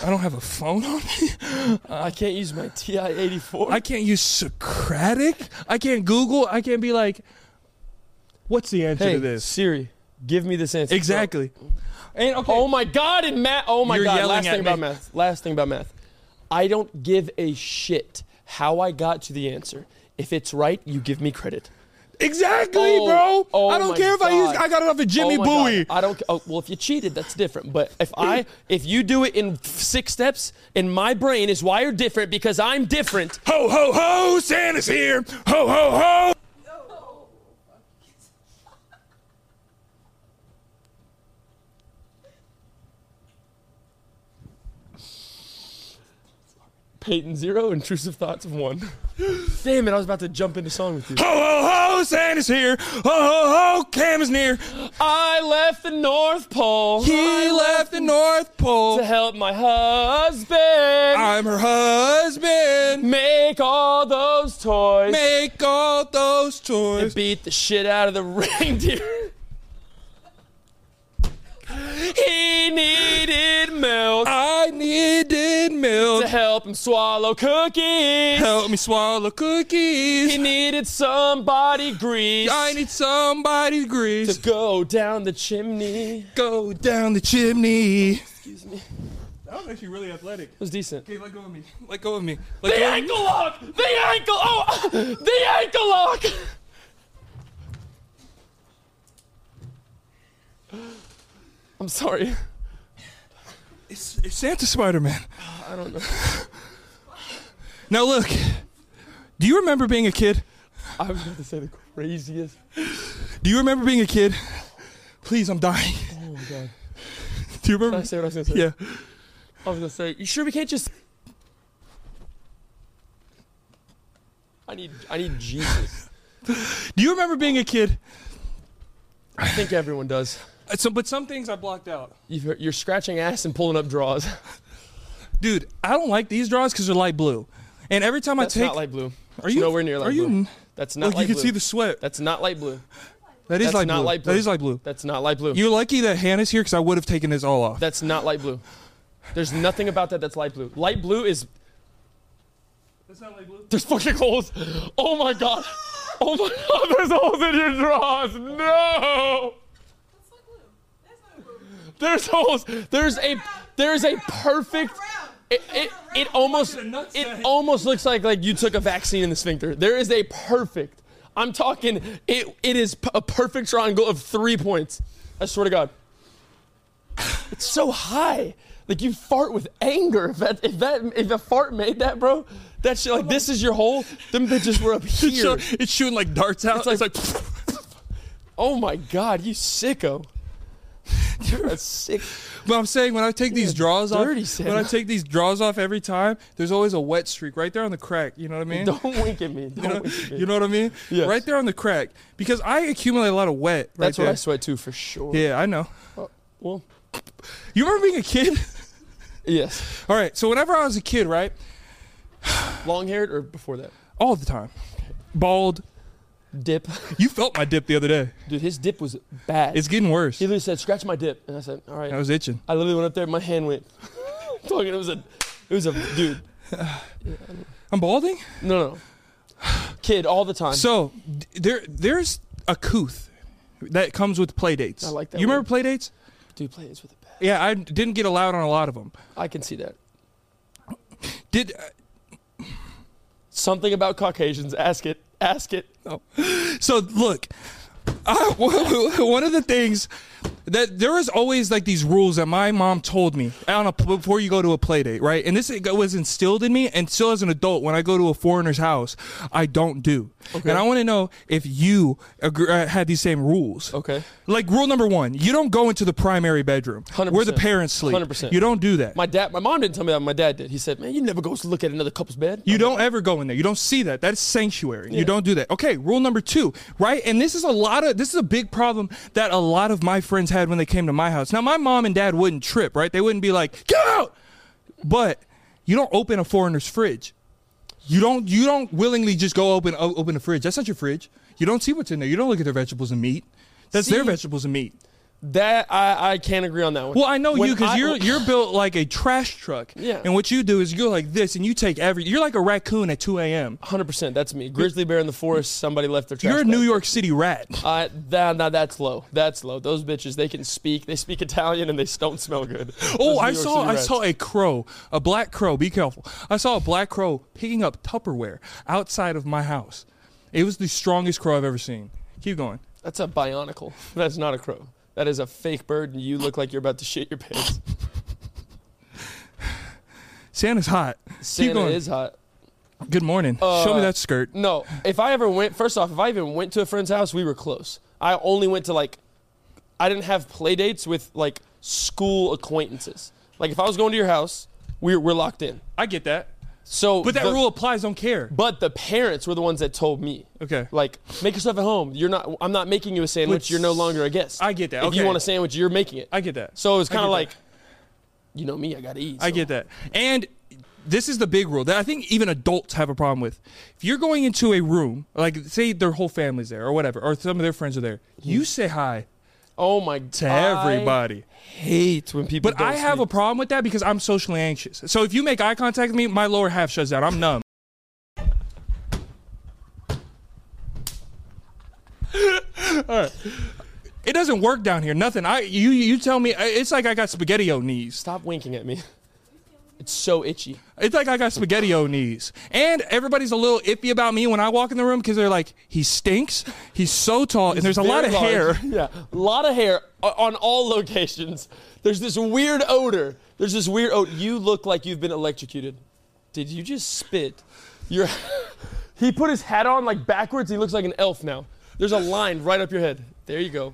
[SPEAKER 2] I don't have a phone on me.
[SPEAKER 3] I can't use my Ti eighty four.
[SPEAKER 2] I can't use Socratic. I can't Google. I can't be like, what's the answer
[SPEAKER 3] Hey
[SPEAKER 2] to this?
[SPEAKER 3] Siri, give me this answer.
[SPEAKER 2] Exactly. And okay,
[SPEAKER 3] Oh my god! And math. Oh my
[SPEAKER 2] You're
[SPEAKER 3] god!
[SPEAKER 2] yelling
[SPEAKER 3] Last
[SPEAKER 2] at
[SPEAKER 3] thing
[SPEAKER 2] me.
[SPEAKER 3] about math. Last thing about math. I don't give a shit how I got to the answer. If it's right, you give me credit.
[SPEAKER 2] exactly,
[SPEAKER 3] Oh,
[SPEAKER 2] bro.
[SPEAKER 3] oh
[SPEAKER 2] I don't
[SPEAKER 3] my
[SPEAKER 2] care if I use.
[SPEAKER 3] God.
[SPEAKER 2] I got it off of Jimmy
[SPEAKER 3] Oh my
[SPEAKER 2] Bowie.
[SPEAKER 3] God, I don't. ca- Oh, well, if you cheated, that's different. But if I, if you do it in six steps, and my brain is wired different because I'm different.
[SPEAKER 2] Ho ho ho! Santa's here. Ho ho ho!
[SPEAKER 3] Peyton zero, intrusive thoughts of one. Damn it! I was about to jump into song with you.
[SPEAKER 2] Ho ho ho! Santa's here. Ho ho ho! Cam is near.
[SPEAKER 3] I left the North Pole
[SPEAKER 2] He left the North Pole.
[SPEAKER 3] to help my husband
[SPEAKER 2] I'm her husband.
[SPEAKER 3] make all those toys.
[SPEAKER 2] Make all those toys.
[SPEAKER 3] beat the shit out of the reindeer. He needed milk.
[SPEAKER 2] I needed milk.
[SPEAKER 3] to help him swallow cookies.
[SPEAKER 2] Help me swallow
[SPEAKER 3] He
[SPEAKER 2] cookies.
[SPEAKER 3] needed somebody grease
[SPEAKER 2] I need somebody's
[SPEAKER 3] to
[SPEAKER 2] grease.
[SPEAKER 3] go down the chimney.
[SPEAKER 2] Go down the chimney. Excuse me. That was actually really athletic.
[SPEAKER 3] was decent.
[SPEAKER 2] Okay, let go of me. Let go of me. Let
[SPEAKER 3] The
[SPEAKER 2] go of me.
[SPEAKER 3] ankle lock! The ankle! Oh! The ankle lock! I'm sorry.
[SPEAKER 2] It's, it's Santa Spider Man.
[SPEAKER 3] I don't know.
[SPEAKER 2] Now look, do you remember being a kid?
[SPEAKER 3] I was about to say the craziest.
[SPEAKER 2] Do you remember being a kid? Please, I'm dying.
[SPEAKER 3] Oh my god.
[SPEAKER 2] Do you
[SPEAKER 3] Did I
[SPEAKER 2] remember?
[SPEAKER 3] say what I was gonna say?
[SPEAKER 2] Yeah.
[SPEAKER 3] I was gonna say, you sure we can't just I need I need Jesus.
[SPEAKER 2] Do you remember being a kid?
[SPEAKER 3] I think everyone does.
[SPEAKER 2] Uh, So, but some things I blocked out.
[SPEAKER 3] You've- You're scratching ass and pulling up draws.
[SPEAKER 2] Dude, I don't like these draws because they're light blue. And every time
[SPEAKER 3] That's
[SPEAKER 2] I take,
[SPEAKER 3] not light blue.
[SPEAKER 2] are you
[SPEAKER 3] nowhere near light
[SPEAKER 2] Are you?
[SPEAKER 3] blue.
[SPEAKER 2] n-
[SPEAKER 3] That's not
[SPEAKER 2] Look,
[SPEAKER 3] light
[SPEAKER 2] you can
[SPEAKER 3] blue.
[SPEAKER 2] see the sweat.
[SPEAKER 3] That's not light blue.
[SPEAKER 2] That is
[SPEAKER 3] that's
[SPEAKER 2] light
[SPEAKER 3] not
[SPEAKER 2] blue.
[SPEAKER 3] light blue.
[SPEAKER 2] That is light blue.
[SPEAKER 3] That's not light blue.
[SPEAKER 2] You're lucky that Hannah's here because I would have taken this all off.
[SPEAKER 3] That's not light blue. There's nothing about that that's light blue. Light blue is.
[SPEAKER 2] That's not light blue.
[SPEAKER 3] There's fucking holes. Oh my god. Oh my god. There's holes in your drawers. No. There's holes. There's a. There's a perfect. It, it, it almost it almost looks like like you took a vaccine in the sphincter. There is a perfect. I'm talking it it is p- a perfect triangle of three points. I swear to God. It's so high. Like you fart with anger. If that if that if a fart made that, bro, that shit like this is your hole. Them bitches were up
[SPEAKER 2] It's,
[SPEAKER 3] here.
[SPEAKER 2] shoo- it's shooting like darts out.
[SPEAKER 3] It's
[SPEAKER 2] It's
[SPEAKER 3] like-
[SPEAKER 2] like,
[SPEAKER 3] Oh my god, you sicko. You're a sick.
[SPEAKER 2] but I'm saying when I take these draws off,
[SPEAKER 3] dirty,
[SPEAKER 2] when I
[SPEAKER 3] Sam.
[SPEAKER 2] take these draws off every time, there's always a wet streak right there on the crack. You know what I mean?
[SPEAKER 3] Don't wink at me. Don't
[SPEAKER 2] You know,
[SPEAKER 3] wink at me.
[SPEAKER 2] you know what I mean?
[SPEAKER 3] Yes.
[SPEAKER 2] Right there on the crack. Because I accumulate a lot of wet. Right
[SPEAKER 3] That's
[SPEAKER 2] there.
[SPEAKER 3] what I sweat too for sure.
[SPEAKER 2] Yeah, I know.
[SPEAKER 3] Well,
[SPEAKER 2] You remember being a kid?
[SPEAKER 3] yes.
[SPEAKER 2] All right, so whenever I was a kid, right?
[SPEAKER 3] Long haired or before that?
[SPEAKER 2] All the time. Bald.
[SPEAKER 3] Dip.
[SPEAKER 2] You felt my dip the other day.
[SPEAKER 3] Dude, his dip was bad.
[SPEAKER 2] It's getting worse.
[SPEAKER 3] he literally said, scratch my dip. And I said, all right.
[SPEAKER 2] I was itching.
[SPEAKER 3] I literally went up there, my hand went. Fucking, it was a. It was a. Dude.
[SPEAKER 2] I'm balding?
[SPEAKER 3] No, no. Kid, all the time.
[SPEAKER 2] So d- there there's a couth that comes with play dates.
[SPEAKER 3] I like that
[SPEAKER 2] You
[SPEAKER 3] word.
[SPEAKER 2] remember play dates?
[SPEAKER 3] Dude, play is with a bad.
[SPEAKER 2] Yeah, I didn't get allowed on a lot of them.
[SPEAKER 3] I can see that.
[SPEAKER 2] Did uh,
[SPEAKER 3] Something about Caucasians. Ask it. Ask it.
[SPEAKER 2] So look, I, one of the things that there was always like these rules that my mom told me on a, before you go to a play date, right? And this was instilled in me, and still as an adult, when I go to a foreigner's house, I don't do. And I want to know if you agree, uh, had these same rules.
[SPEAKER 3] Okay.
[SPEAKER 2] Like rule number one, you don't go into the primary bedroom
[SPEAKER 3] 100%.
[SPEAKER 2] where the parents sleep.
[SPEAKER 3] 100%.
[SPEAKER 2] You don't do that.
[SPEAKER 3] My dad, my mom didn't tell me that. My dad did. He said, "Man, you never go look at another couple's bed."
[SPEAKER 2] You don't ever go in there. You don't see that. That's sanctuary. You don't do that. Okay, rule number two, right? And this is a lot of this is a big problem that a lot of my friends had when they came to my house. Now my mom and dad wouldn't trip, right? They wouldn't be like, get out. But you don't open a foreigner's fridge. You don't you don't willingly just go open o- open a fridge. That's not your fridge. You don't see what's in there. You don't look at their vegetables and meat. That's their
[SPEAKER 3] See-
[SPEAKER 2] vegetables and meat.
[SPEAKER 3] That I, I can't agree on that one.
[SPEAKER 2] Well, I know
[SPEAKER 3] When
[SPEAKER 2] you because
[SPEAKER 3] I-
[SPEAKER 2] you're you're built like a trash truck.
[SPEAKER 3] Yeah.
[SPEAKER 2] And what you do is you go like this, and you take every. You're like a raccoon at 2 a.m.
[SPEAKER 3] 100%. That's me. Grizzly bear in the forest. Somebody left their trash.
[SPEAKER 2] You're a
[SPEAKER 3] bag.
[SPEAKER 2] New York City rat.
[SPEAKER 3] I that now that's low. That's low. Those bitches, they can speak. They speak Italian and they don't smell good. Those
[SPEAKER 2] Oh,
[SPEAKER 3] New
[SPEAKER 2] I
[SPEAKER 3] York
[SPEAKER 2] saw
[SPEAKER 3] City
[SPEAKER 2] I
[SPEAKER 3] rats.
[SPEAKER 2] saw a crow, a black crow. Be careful. I saw a black crow picking up Tupperware outside of my house. It was the strongest crow I've ever seen. Keep going.
[SPEAKER 3] That's a bionicle. That's not a crow. That is a fake bird, and you look like you're about to shit your pants.
[SPEAKER 2] Santa's hot. Keep
[SPEAKER 3] Santa
[SPEAKER 2] going.
[SPEAKER 3] is hot. Uh,
[SPEAKER 2] Good morning. Show me that skirt.
[SPEAKER 3] No, if I ever went, first off, if I even went to a friend's house, we were close. I only went to like, I didn't have play dates with like school acquaintances. Like if I was going to your house, we're, we're locked in.
[SPEAKER 2] I get that.
[SPEAKER 3] So,
[SPEAKER 2] But that
[SPEAKER 3] the-
[SPEAKER 2] rule applies. Don't care.
[SPEAKER 3] But the parents were the ones that told me.
[SPEAKER 2] Okay.
[SPEAKER 3] Like, make yourself at home. You're not. I'm not making you a sandwich.
[SPEAKER 2] Which-
[SPEAKER 3] you're no longer a guest.
[SPEAKER 2] I get that,
[SPEAKER 3] If you
[SPEAKER 2] okay.
[SPEAKER 3] want a sandwich, you're making it.
[SPEAKER 2] I get that.
[SPEAKER 3] So it was
[SPEAKER 2] I
[SPEAKER 3] kind of
[SPEAKER 2] get
[SPEAKER 3] like,
[SPEAKER 2] that.
[SPEAKER 3] you know me, I gotta eat.
[SPEAKER 2] I
[SPEAKER 3] so-
[SPEAKER 2] get that. And this is the big rule that I think even adults have a problem with. If you're going into a room, like say their whole family's there or whatever, or some of their friends are there,
[SPEAKER 3] Hmm.
[SPEAKER 2] you say hi
[SPEAKER 3] Oh my.
[SPEAKER 2] to
[SPEAKER 3] I
[SPEAKER 2] everybody.
[SPEAKER 3] hate when people.
[SPEAKER 2] But I have a problem with that because I'm socially anxious. So if you make eye contact with me, my lower half shuts down. I'm numb. All right. It uh, doesn't work down here. Nothing. I you you tell me. I- It's like I got spaghetti o knees.
[SPEAKER 3] Stop winking at me. It's so itchy.
[SPEAKER 2] It's like I got spaghetti-o knees. And everybody's a little iffy about me when I walk in the room because they're like, he stinks, he's so tall, and there's a lot of
[SPEAKER 3] Very large.
[SPEAKER 2] hair.
[SPEAKER 3] Yeah, a lot of hair o- on all locations. There's this weird odor. There's this weird odor. You look like you've been electrocuted. Did you just spit? Your he put his hat on like backwards. He looks like an elf now. There's a line right up your head. There you go.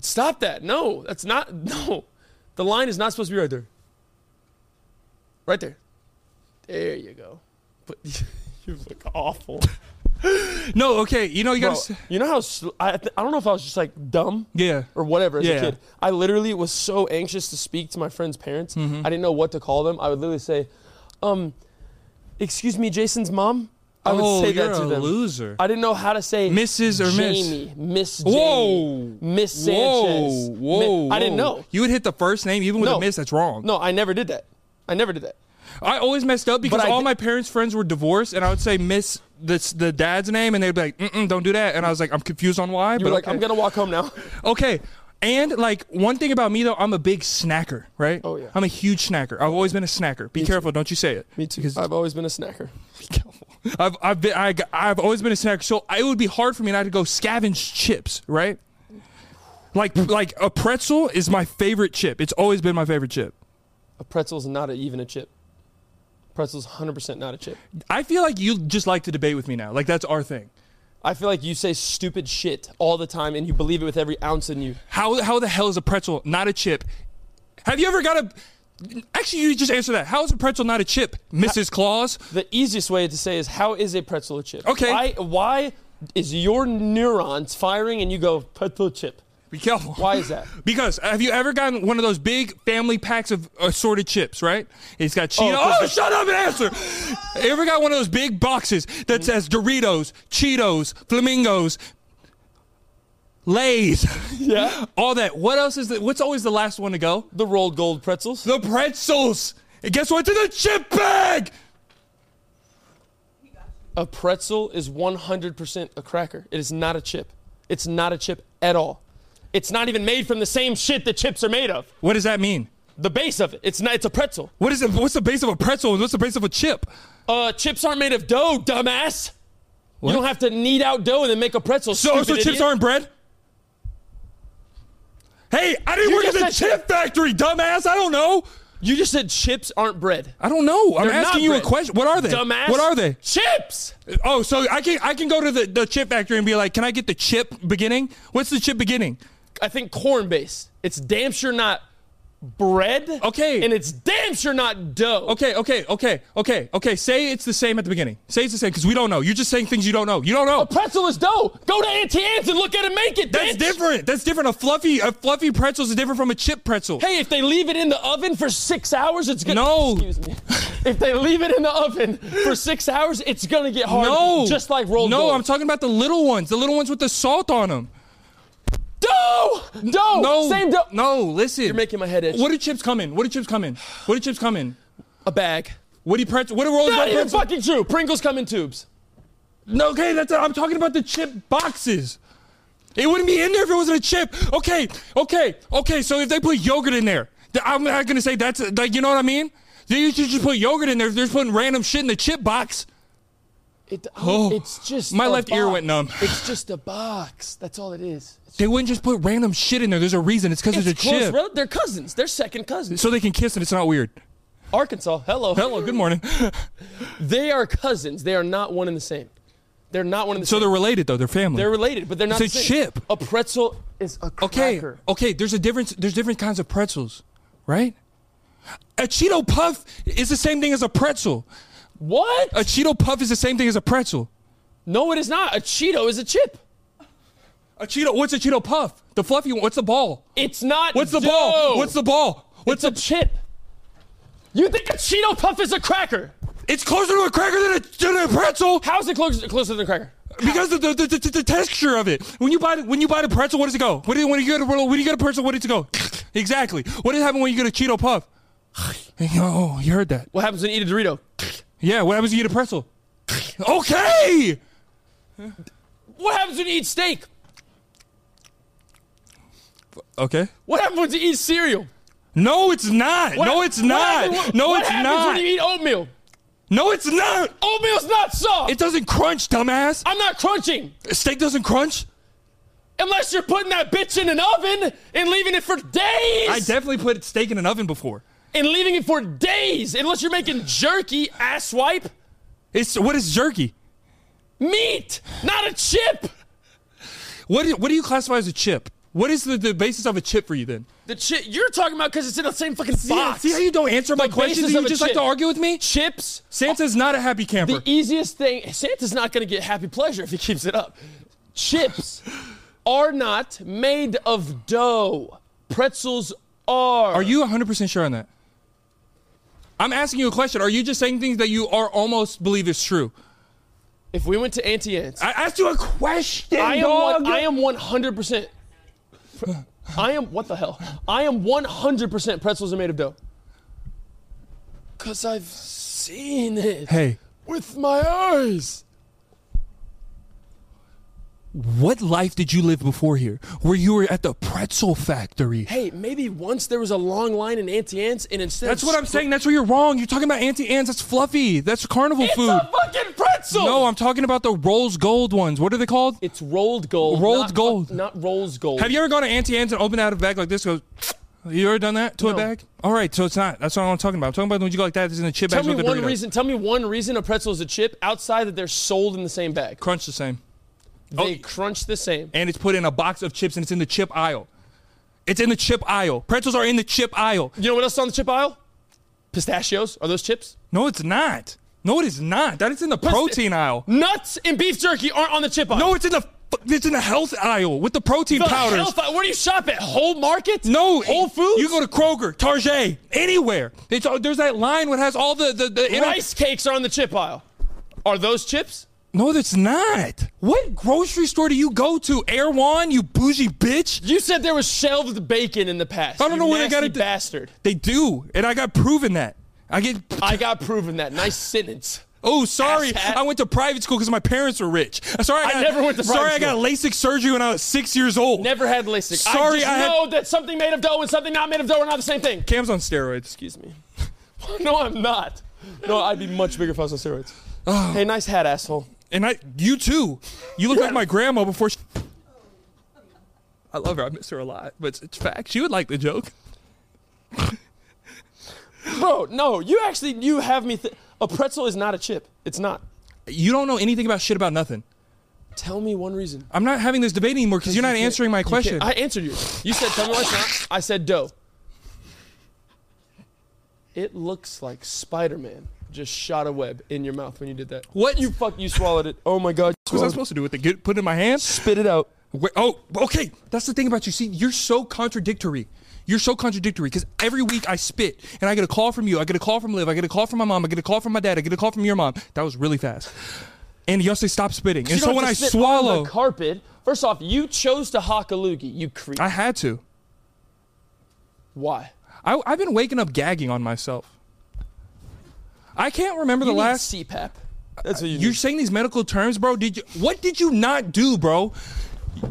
[SPEAKER 3] Stop that. No, that's not. No. The line is not supposed to be right there. Right there. There you go. But you look awful.
[SPEAKER 2] No, okay, you know you
[SPEAKER 3] Bro,
[SPEAKER 2] gotta. s-
[SPEAKER 3] you know how sl- I, th- I don't know if I was just like dumb
[SPEAKER 2] Yeah.
[SPEAKER 3] or whatever as a
[SPEAKER 2] Yeah.
[SPEAKER 3] kid. I literally was so anxious to speak to my friend's parents.
[SPEAKER 2] Mm-hmm.
[SPEAKER 3] I didn't know what to call them. I would literally say, um, "Excuse me, Jason's mom." I would
[SPEAKER 2] oh,
[SPEAKER 3] say
[SPEAKER 2] you're
[SPEAKER 3] that to
[SPEAKER 2] a
[SPEAKER 3] them.
[SPEAKER 2] loser.
[SPEAKER 3] I didn't know how to say
[SPEAKER 2] Mrs. or Miss?
[SPEAKER 3] Jamie, Miss.
[SPEAKER 2] Whoa.
[SPEAKER 3] Jamie, Miss
[SPEAKER 2] Whoa,
[SPEAKER 3] Sanchez.
[SPEAKER 2] whoa,
[SPEAKER 3] Mi- I didn't
[SPEAKER 2] whoa.
[SPEAKER 3] know.
[SPEAKER 2] You would hit the first name even with
[SPEAKER 3] No.
[SPEAKER 2] a miss. That's wrong.
[SPEAKER 3] No, I never did that. I never did that.
[SPEAKER 2] I always messed up because
[SPEAKER 3] I
[SPEAKER 2] all
[SPEAKER 3] thi-
[SPEAKER 2] my parents' friends were divorced, and I would say miss this the dad's name, and they'd be like, Mm-mm, "Don't do that." And I was like, "I'm confused on why."
[SPEAKER 3] You
[SPEAKER 2] but
[SPEAKER 3] were like,
[SPEAKER 2] okay.
[SPEAKER 3] "I'm gonna walk home now."
[SPEAKER 2] Okay. And like one thing about me though, I'm a big snacker, right?
[SPEAKER 3] Oh, yeah.
[SPEAKER 2] I'm a huge snacker. I've always been a snacker. Be careful, don't you say it.
[SPEAKER 3] Me too.
[SPEAKER 2] Because
[SPEAKER 3] I've always been a snacker.
[SPEAKER 2] I've I've been I, I've always been a snacker, so it would be hard for me not to go scavenge chips, right? Like like a pretzel is my favorite chip. It's always been my favorite chip.
[SPEAKER 3] A pretzel's not a, even a chip. Pretzel's 100% not a chip.
[SPEAKER 2] I feel like you just like to debate with me now. Like that's our thing.
[SPEAKER 3] I feel like you say stupid shit all the time and you believe it with every ounce in you.
[SPEAKER 2] How how the hell is a pretzel not a chip? Have you ever got a? Actually, you just answer that. How is a pretzel not a chip, Mrs. Claus?
[SPEAKER 3] The easiest way to say is how is a pretzel a chip?
[SPEAKER 2] Okay.
[SPEAKER 3] Why, why is your neurons firing and you go pretzel chip?
[SPEAKER 2] Be careful.
[SPEAKER 3] Why is that?
[SPEAKER 2] Because have you ever gotten one of those big family packs of assorted chips, right? It's got Cheetos.
[SPEAKER 3] Oh,
[SPEAKER 2] Oh,
[SPEAKER 3] 'cause
[SPEAKER 2] shut up and answer. ever got one of those big boxes that says Doritos, Cheetos, Flamingos, Lays,
[SPEAKER 3] Yeah.
[SPEAKER 2] all that? What else is that? What's always the last one to go?
[SPEAKER 3] The rolled gold pretzels.
[SPEAKER 2] The pretzels. And guess what's in the chip bag?
[SPEAKER 3] A pretzel is 100% a cracker. It is not a chip. It's not a chip at all. It's not even made from the same shit that chips are made of.
[SPEAKER 2] What does that mean?
[SPEAKER 3] The base of it. It's not it's a pretzel.
[SPEAKER 2] What is it? What's the base of a pretzel and what's the base of a chip?
[SPEAKER 3] Uh chips aren't made of dough, dumbass. You don't have to knead out dough and then make a pretzel.
[SPEAKER 2] So,
[SPEAKER 3] stupid
[SPEAKER 2] so chips
[SPEAKER 3] idiot.
[SPEAKER 2] aren't bread? Hey, I didn't
[SPEAKER 3] You
[SPEAKER 2] work at
[SPEAKER 3] just
[SPEAKER 2] the
[SPEAKER 3] said-
[SPEAKER 2] chip factory, dumbass. I don't know.
[SPEAKER 3] You just said chips aren't bread.
[SPEAKER 2] I don't know. I'm
[SPEAKER 3] They're not
[SPEAKER 2] asking you
[SPEAKER 3] bread.
[SPEAKER 2] a question. What are they?
[SPEAKER 3] Dumbass.
[SPEAKER 2] What are they?
[SPEAKER 3] Chips.
[SPEAKER 2] Oh, so I can I can go to the, the chip factory and be like, can I get the chip beginning? What's the chip beginning?
[SPEAKER 3] I think corn based. It's damn sure not bread.
[SPEAKER 2] Okay.
[SPEAKER 3] And it's damn sure not dough.
[SPEAKER 2] Okay, okay, okay, okay, okay. Say it's the same at the beginning. Say it's the same because we don't know. You're just saying things you don't know. You don't know.
[SPEAKER 3] Pretzel is dough. Go to Auntie Anne's and look at it make it.
[SPEAKER 2] That's
[SPEAKER 3] bitch.
[SPEAKER 2] different. That's different. A fluffy a fluffy pretzel is different from a chip pretzel.
[SPEAKER 3] Hey, if they leave it in the oven for six hours, it's gonna.
[SPEAKER 2] No.
[SPEAKER 3] Excuse me. if they leave it in the oven for six hours, it's gonna get hard.
[SPEAKER 2] no,
[SPEAKER 3] Just like rolled
[SPEAKER 2] No,
[SPEAKER 3] gold.
[SPEAKER 2] I'm talking about the little ones. The little ones with the salt on them.
[SPEAKER 3] dough. Dough.
[SPEAKER 2] No,
[SPEAKER 3] Same dough.
[SPEAKER 2] No, listen.
[SPEAKER 3] You're making my head itch.
[SPEAKER 2] What do chips come in? What do chips come in? What do chips come in?
[SPEAKER 3] A bag.
[SPEAKER 2] What do pretzel? What do rolls?
[SPEAKER 3] Not
[SPEAKER 2] Royce
[SPEAKER 3] even
[SPEAKER 2] pretzel-
[SPEAKER 3] fucking true. Pringles come in tubes.
[SPEAKER 2] No, okay, that's I'm talking about the chip boxes. It wouldn't be in there if it wasn't a chip. Okay, okay, okay. So if they put yogurt in there, th- I'm not gonna say that's like you know what I mean. They should just put yogurt in there. if They're just putting random shit in the chip box.
[SPEAKER 3] It,
[SPEAKER 2] Oh,
[SPEAKER 3] it's just
[SPEAKER 2] my
[SPEAKER 3] a
[SPEAKER 2] left ear
[SPEAKER 3] box.
[SPEAKER 2] went numb.
[SPEAKER 3] It's just a box. That's all it is. It's,
[SPEAKER 2] They wouldn't just put random shit in there. There's a reason. It's because there's a
[SPEAKER 3] it's close
[SPEAKER 2] chip,
[SPEAKER 3] rel- they're cousins. They're second cousins.
[SPEAKER 2] so they can kiss and it's not weird.
[SPEAKER 3] Arkansas. Hello.
[SPEAKER 2] Hello, good morning.
[SPEAKER 3] They are cousins. They are not one and the same. They're not one and the
[SPEAKER 2] So
[SPEAKER 3] same.
[SPEAKER 2] they're related though. They're family.
[SPEAKER 3] they're related, but they're not
[SPEAKER 2] It's
[SPEAKER 3] the
[SPEAKER 2] a
[SPEAKER 3] same.
[SPEAKER 2] chip.
[SPEAKER 3] A pretzel is a
[SPEAKER 2] Okay.
[SPEAKER 3] cracker.
[SPEAKER 2] Okay. There's a difference. There's different kinds of pretzels, right? A Cheeto puff is the same thing as a pretzel.
[SPEAKER 3] What?
[SPEAKER 2] A Cheeto puff is the same thing as a pretzel.
[SPEAKER 3] no, it is not. A Cheeto is a chip.
[SPEAKER 2] A Cheeto. What's a Cheeto puff? The fluffy one. What's the ball?
[SPEAKER 3] It's not.
[SPEAKER 2] What's the
[SPEAKER 3] dough.
[SPEAKER 2] ball? What's the ball? What's
[SPEAKER 3] It's a chip. You think a Cheeto puff is a cracker?
[SPEAKER 2] the? It's closer to a cracker than a, than a pretzel
[SPEAKER 3] How is it closer, closer than a cracker?
[SPEAKER 2] because of the, the, the, the texture of it. When you buy the, when you buy the pretzel, what does it go? What do you, when you get a when you get a pretzel, what does it go? exactly. What does happen when you get a Cheeto puff? oh, you heard that?
[SPEAKER 3] What happens when you eat a Dorito?
[SPEAKER 2] Yeah. What happens when you get a pretzel? okay.
[SPEAKER 3] What happens when you eat steak?
[SPEAKER 2] Okay.
[SPEAKER 3] What happens when you eat cereal?
[SPEAKER 2] No, it's not. No, it's not.
[SPEAKER 3] What,
[SPEAKER 2] no,
[SPEAKER 3] what
[SPEAKER 2] it's
[SPEAKER 3] happens
[SPEAKER 2] not.
[SPEAKER 3] When you eat oatmeal,
[SPEAKER 2] no, it's not.
[SPEAKER 3] oatmeal's not soft.
[SPEAKER 2] It doesn't crunch, dumbass.
[SPEAKER 3] I'm not crunching
[SPEAKER 2] Steak doesn't crunch.
[SPEAKER 3] unless you're putting that bitch in an oven and leaving it for days.
[SPEAKER 2] I definitely put steak in an oven before.
[SPEAKER 3] and leaving it for days unless you're making jerky asswipe
[SPEAKER 2] It's what is jerky?
[SPEAKER 3] meat, not a chip.
[SPEAKER 2] What do, what do you classify as a chip? What is the, the basis of a chip for you then?
[SPEAKER 3] The chip you're talking about because it's in the same fucking
[SPEAKER 2] See-
[SPEAKER 3] box.
[SPEAKER 2] See how you don't answer my
[SPEAKER 3] The
[SPEAKER 2] questions?
[SPEAKER 3] basis
[SPEAKER 2] and
[SPEAKER 3] of
[SPEAKER 2] You
[SPEAKER 3] a
[SPEAKER 2] just like
[SPEAKER 3] chip.
[SPEAKER 2] to argue with me? e-
[SPEAKER 3] Chips.
[SPEAKER 2] Santa's not a happy camper.
[SPEAKER 3] The easiest thing. Santa's not going to get happy pleasure if he keeps it up. Chips are not made of dough. Pretzels are.
[SPEAKER 2] Are you 100% sure on that? I'm asking you a question. Are you just saying things that you are almost believe is true?
[SPEAKER 3] If we went to Auntie Anne's,
[SPEAKER 2] I asked you a question,
[SPEAKER 3] I am,
[SPEAKER 2] dog.
[SPEAKER 3] one, I am 100%. Pre- I am, what the hell? I am 100% pretzels are made of dough. Because I've seen it
[SPEAKER 2] hey,
[SPEAKER 3] with my eyes.
[SPEAKER 2] what life did you live before here where you were at the pretzel factory?
[SPEAKER 3] Hey, maybe once there was a long line in Auntie Anne's, and instead
[SPEAKER 2] That's
[SPEAKER 3] of
[SPEAKER 2] what I'm saying. That's where you're wrong. You're talking about Auntie Anne's. That's fluffy. That's carnival
[SPEAKER 3] It's
[SPEAKER 2] food.
[SPEAKER 3] a fucking pretzel!
[SPEAKER 2] No, I'm talking about the Rolls Gold ones. What are they called?
[SPEAKER 3] It's rolled gold.
[SPEAKER 2] Rolled
[SPEAKER 3] not,
[SPEAKER 2] gold.
[SPEAKER 3] Not rolls gold.
[SPEAKER 2] Have you ever gone to Auntie Anne's and opened out a bag like this? Goes, you ever done that to a
[SPEAKER 3] No.
[SPEAKER 2] bag? All right, so it's not. That's what I'm talking about. I'm talking about when you go like that. It's in a chip
[SPEAKER 3] Tell
[SPEAKER 2] bag
[SPEAKER 3] me
[SPEAKER 2] with a
[SPEAKER 3] one
[SPEAKER 2] Dorito.
[SPEAKER 3] reason. Tell me one reason a pretzel is a chip outside that they're sold in the same bag.
[SPEAKER 2] Crunch the same, Oh.
[SPEAKER 3] They crunch the same.
[SPEAKER 2] and it's put in a box of chips, and it's in the chip aisle. It's in the chip aisle. Pretzels are in the chip aisle.
[SPEAKER 3] You know what else is on the chip aisle? Pistachios. Are those chips?
[SPEAKER 2] No, it's not. No, it is not. That is in the protein aisle.
[SPEAKER 3] Nuts and beef jerky aren't on the chip aisle.
[SPEAKER 2] No, it's in the fu- it's in the health aisle with the protein
[SPEAKER 3] the
[SPEAKER 2] powders.
[SPEAKER 3] hell- where do you shop at? Whole Market?
[SPEAKER 2] No,
[SPEAKER 3] Whole Foods.
[SPEAKER 2] You go to Kroger, Target, anywhere. It's all, there's that line what has all the the, the inner-
[SPEAKER 3] rice cakes are on the chip aisle. Are those chips?
[SPEAKER 2] No, that's not. What grocery store do you go to? Erewhon, you bougie bitch.
[SPEAKER 3] You said there was shelved bacon in the past.
[SPEAKER 2] I don't
[SPEAKER 3] you
[SPEAKER 2] know where they
[SPEAKER 3] nasty
[SPEAKER 2] got it-
[SPEAKER 3] Bastard.
[SPEAKER 2] They do, and I got proven that. I get.
[SPEAKER 3] I got proven that. Nice sentence.
[SPEAKER 2] Oh, sorry.
[SPEAKER 3] Asshat.
[SPEAKER 2] I went to private school because my parents were rich. Sorry, I,
[SPEAKER 3] I
[SPEAKER 2] got,
[SPEAKER 3] never went to
[SPEAKER 2] Sorry,
[SPEAKER 3] private
[SPEAKER 2] I got
[SPEAKER 3] school.
[SPEAKER 2] LASIK surgery when I was six years old.
[SPEAKER 3] Never had LASIK.
[SPEAKER 2] Sorry,
[SPEAKER 3] I just
[SPEAKER 2] I had-
[SPEAKER 3] know that something made of dough and something not made of dough are not the same thing.
[SPEAKER 2] Cam's on steroids.
[SPEAKER 3] Excuse me. no, I'm not. No, I'd be much bigger if I was on steroids. Hey, nice hat, asshole.
[SPEAKER 2] And I, you too. You look like my grandma before. She, I love her. I miss her a lot. But it's, it's fact. She would like the joke.
[SPEAKER 3] Bro, no, you actually you have me. Th- a pretzel is not a chip. It's not.
[SPEAKER 2] You don't know anything about shit about nothing.
[SPEAKER 3] Tell me one reason.
[SPEAKER 2] I'm not having this debate anymore because you're not
[SPEAKER 3] You can't-
[SPEAKER 2] answering my
[SPEAKER 3] you can't-
[SPEAKER 2] question.
[SPEAKER 3] I answered you. You said tell me why it's not. I said dough. It looks like Spider-Man just shot a web in your mouth when you did that.
[SPEAKER 2] What?
[SPEAKER 3] You fuck. You swallowed it. Oh my god.
[SPEAKER 2] What was
[SPEAKER 3] You
[SPEAKER 2] I
[SPEAKER 3] swallowed it.
[SPEAKER 2] supposed to do with it? Get put it in my hand?
[SPEAKER 3] Spit it out.
[SPEAKER 2] Wait, oh, okay. That's the thing about you. See, you're so contradictory. You're so contradictory because every week I spit and I get a call from you. I get a call from Liv. I get a call from my mom. I get a call from my dad. I get a call from your mom. That was really fast. And y'all say stop spitting. And
[SPEAKER 3] You
[SPEAKER 2] so
[SPEAKER 3] don't
[SPEAKER 2] when
[SPEAKER 3] have
[SPEAKER 2] I
[SPEAKER 3] to spit on
[SPEAKER 2] swallow,
[SPEAKER 3] the carpet, first off, you chose to hock a loogie. You creep.
[SPEAKER 2] I had to.
[SPEAKER 3] Why?
[SPEAKER 2] I, I've been waking up gagging on myself. I can't remember the
[SPEAKER 3] You need
[SPEAKER 2] last.
[SPEAKER 3] CPAP. That's what you
[SPEAKER 2] You're
[SPEAKER 3] need.
[SPEAKER 2] saying these medical terms, bro. Did you? What did you not do, bro?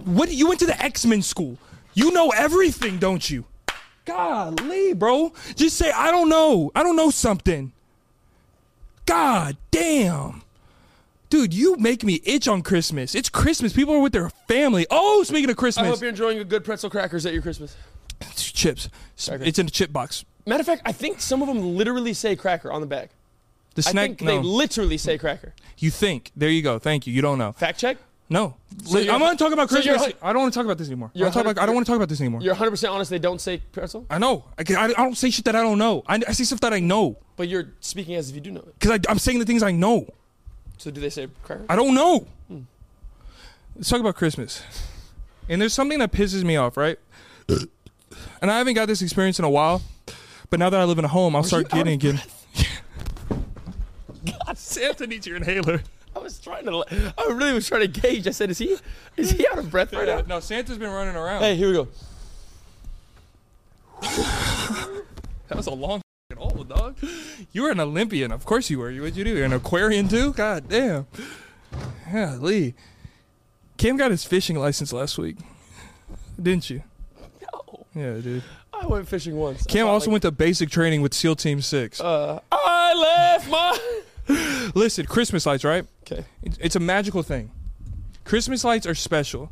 [SPEAKER 2] What you went to the X Men school? You know everything, don't you? Golly, bro. Just say I don't know. I don't know something. God damn. Dude, you make me itch on Christmas. It's Christmas. People are with their family. Oh, speaking of
[SPEAKER 3] I
[SPEAKER 2] Christmas,
[SPEAKER 3] hope you're enjoying a good pretzel crackers at your Christmas.
[SPEAKER 2] chips. It's in the chip box.
[SPEAKER 3] Matter of fact, I think some of them literally say cracker on the back.
[SPEAKER 2] The
[SPEAKER 3] I
[SPEAKER 2] snack.
[SPEAKER 3] think they
[SPEAKER 2] no.
[SPEAKER 3] literally say cracker.
[SPEAKER 2] you think? There you go. Thank you. You don't know.
[SPEAKER 3] Fact check.
[SPEAKER 2] No.
[SPEAKER 3] you're-
[SPEAKER 2] I'm not talking about
[SPEAKER 3] so you're
[SPEAKER 2] Christmas.
[SPEAKER 3] hun-
[SPEAKER 2] I don't want to talk about this anymore. I
[SPEAKER 3] You're
[SPEAKER 2] don't, talk
[SPEAKER 3] hun-
[SPEAKER 2] about, I don't want to talk about this anymore.
[SPEAKER 3] You're 100% honest. They don't say pretzel,
[SPEAKER 2] I know. I, can- I, I don't say shit that I don't know. I, I say stuff that I know
[SPEAKER 3] but you're speaking as if you do know it.
[SPEAKER 2] because I'm saying the things I know.
[SPEAKER 3] So do they say cracker?
[SPEAKER 2] I don't know. Let's talk about Christmas. And there's something that pisses me off, right? and I haven't got this experience in a while, but now that I live in a home, I'll start
[SPEAKER 3] you out
[SPEAKER 2] getting
[SPEAKER 3] of
[SPEAKER 2] again. God, Santa needs your inhaler.
[SPEAKER 3] I was trying to. I really was trying to gauge. I said, is he is he out of breath right now?
[SPEAKER 2] No, Santa's been running around.
[SPEAKER 3] Hey, here we go.
[SPEAKER 2] That was a long f***ing hole, dog. You were an Olympian, of course you were. What'd you do? You're an Aquarian too? God damn. Yeah, Lee. Cam got his fishing license last week, didn't you?
[SPEAKER 3] No,
[SPEAKER 2] Yeah, dude.
[SPEAKER 3] I went fishing once. I
[SPEAKER 2] Cam
[SPEAKER 3] thought,
[SPEAKER 2] also
[SPEAKER 3] like, Uh.
[SPEAKER 2] went to basic training with SEAL Team Six.
[SPEAKER 3] I left my.
[SPEAKER 2] Listen, Christmas lights, right?
[SPEAKER 3] Okay.
[SPEAKER 2] It- It's a magical thing. Christmas lights are special.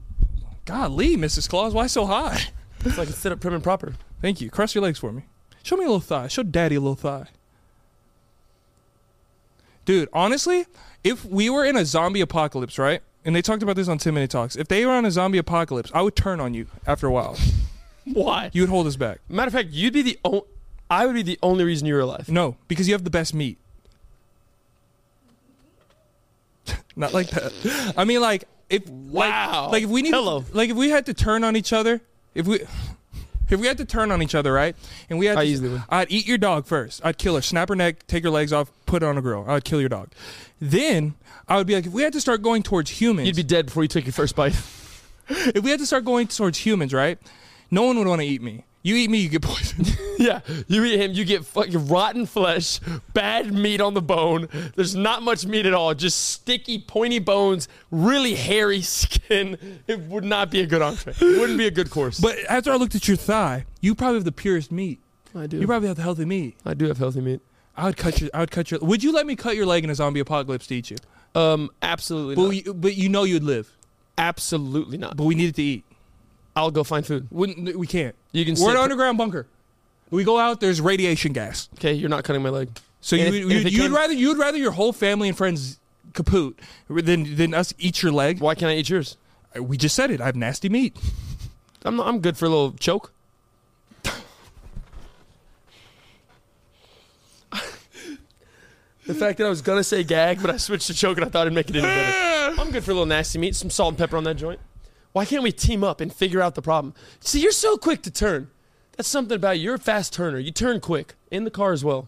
[SPEAKER 2] Golly, Mrs. Claus, why so high?
[SPEAKER 3] It's like it's sit up prim and proper.
[SPEAKER 2] Thank you. Cross your legs for me. Show me a little thigh. Show daddy a little thigh. Dude, honestly, if we were in a zombie apocalypse, right? And they talked about this on 10 Minute Talks. If they were on a zombie apocalypse, I would turn on you after a while.
[SPEAKER 3] Why?
[SPEAKER 2] You would hold us back.
[SPEAKER 3] Matter of fact, you'd be the only. I would be the only reason you were alive.
[SPEAKER 2] No, because you have the best meat. Not like that. I mean, like if
[SPEAKER 3] Wow.
[SPEAKER 2] like, like if we need
[SPEAKER 3] Hello.
[SPEAKER 2] like if we had to turn on each other, if we. If we had to turn on each other, right? And we had
[SPEAKER 3] I
[SPEAKER 2] to,
[SPEAKER 3] usually would.
[SPEAKER 2] I'd eat your dog first. I'd kill her, snap her neck, take her legs off, put her on a grill. I'd kill your dog. Then I would be like, if we had to start going towards humans,
[SPEAKER 3] You'd be dead before you took your first bite.
[SPEAKER 2] if we had to start going towards humans, right? No one would want to eat me. You eat me, you get poisoned.
[SPEAKER 3] yeah, you eat him, you get fucking rotten flesh, bad meat on the bone. There's not much meat at all, just sticky, pointy bones, really hairy skin. It would not be a good entree. It wouldn't be a good course.
[SPEAKER 2] but after I looked at your thigh, you probably have the purest meat.
[SPEAKER 3] I do.
[SPEAKER 2] You probably have the healthy meat.
[SPEAKER 3] I do have healthy meat.
[SPEAKER 2] I would cut your. I would cut your. Would you let me cut your leg in a zombie apocalypse to eat you?
[SPEAKER 3] Um, absolutely
[SPEAKER 2] But
[SPEAKER 3] not.
[SPEAKER 2] you, but you know you'd live.
[SPEAKER 3] absolutely not.
[SPEAKER 2] But we needed to eat.
[SPEAKER 3] I'll go find food.
[SPEAKER 2] Wouldn't we can't.
[SPEAKER 3] You can
[SPEAKER 2] We're in
[SPEAKER 3] sit-
[SPEAKER 2] an underground bunker. We go out. There's radiation gas.
[SPEAKER 3] Okay, you're not cutting my leg.
[SPEAKER 2] So you
[SPEAKER 3] And
[SPEAKER 2] would
[SPEAKER 3] if-
[SPEAKER 2] you,
[SPEAKER 3] and if
[SPEAKER 2] you'd
[SPEAKER 3] it came-
[SPEAKER 2] rather you'd rather your whole family and friends kaput than than us eat your leg.
[SPEAKER 3] Why can't I eat yours?
[SPEAKER 2] We just said it. I have nasty meat.
[SPEAKER 3] I'm not, I'm good for a little choke. the fact that I was gonna say gag, but I switched to choke and I thought it'd make it any better. I'm good for a little nasty meat, some salt and pepper on that joint. Why can't we team up and figure out the problem? See, you're so quick to turn. That's something about you. You're a fast turner. You turn quick in the car as well.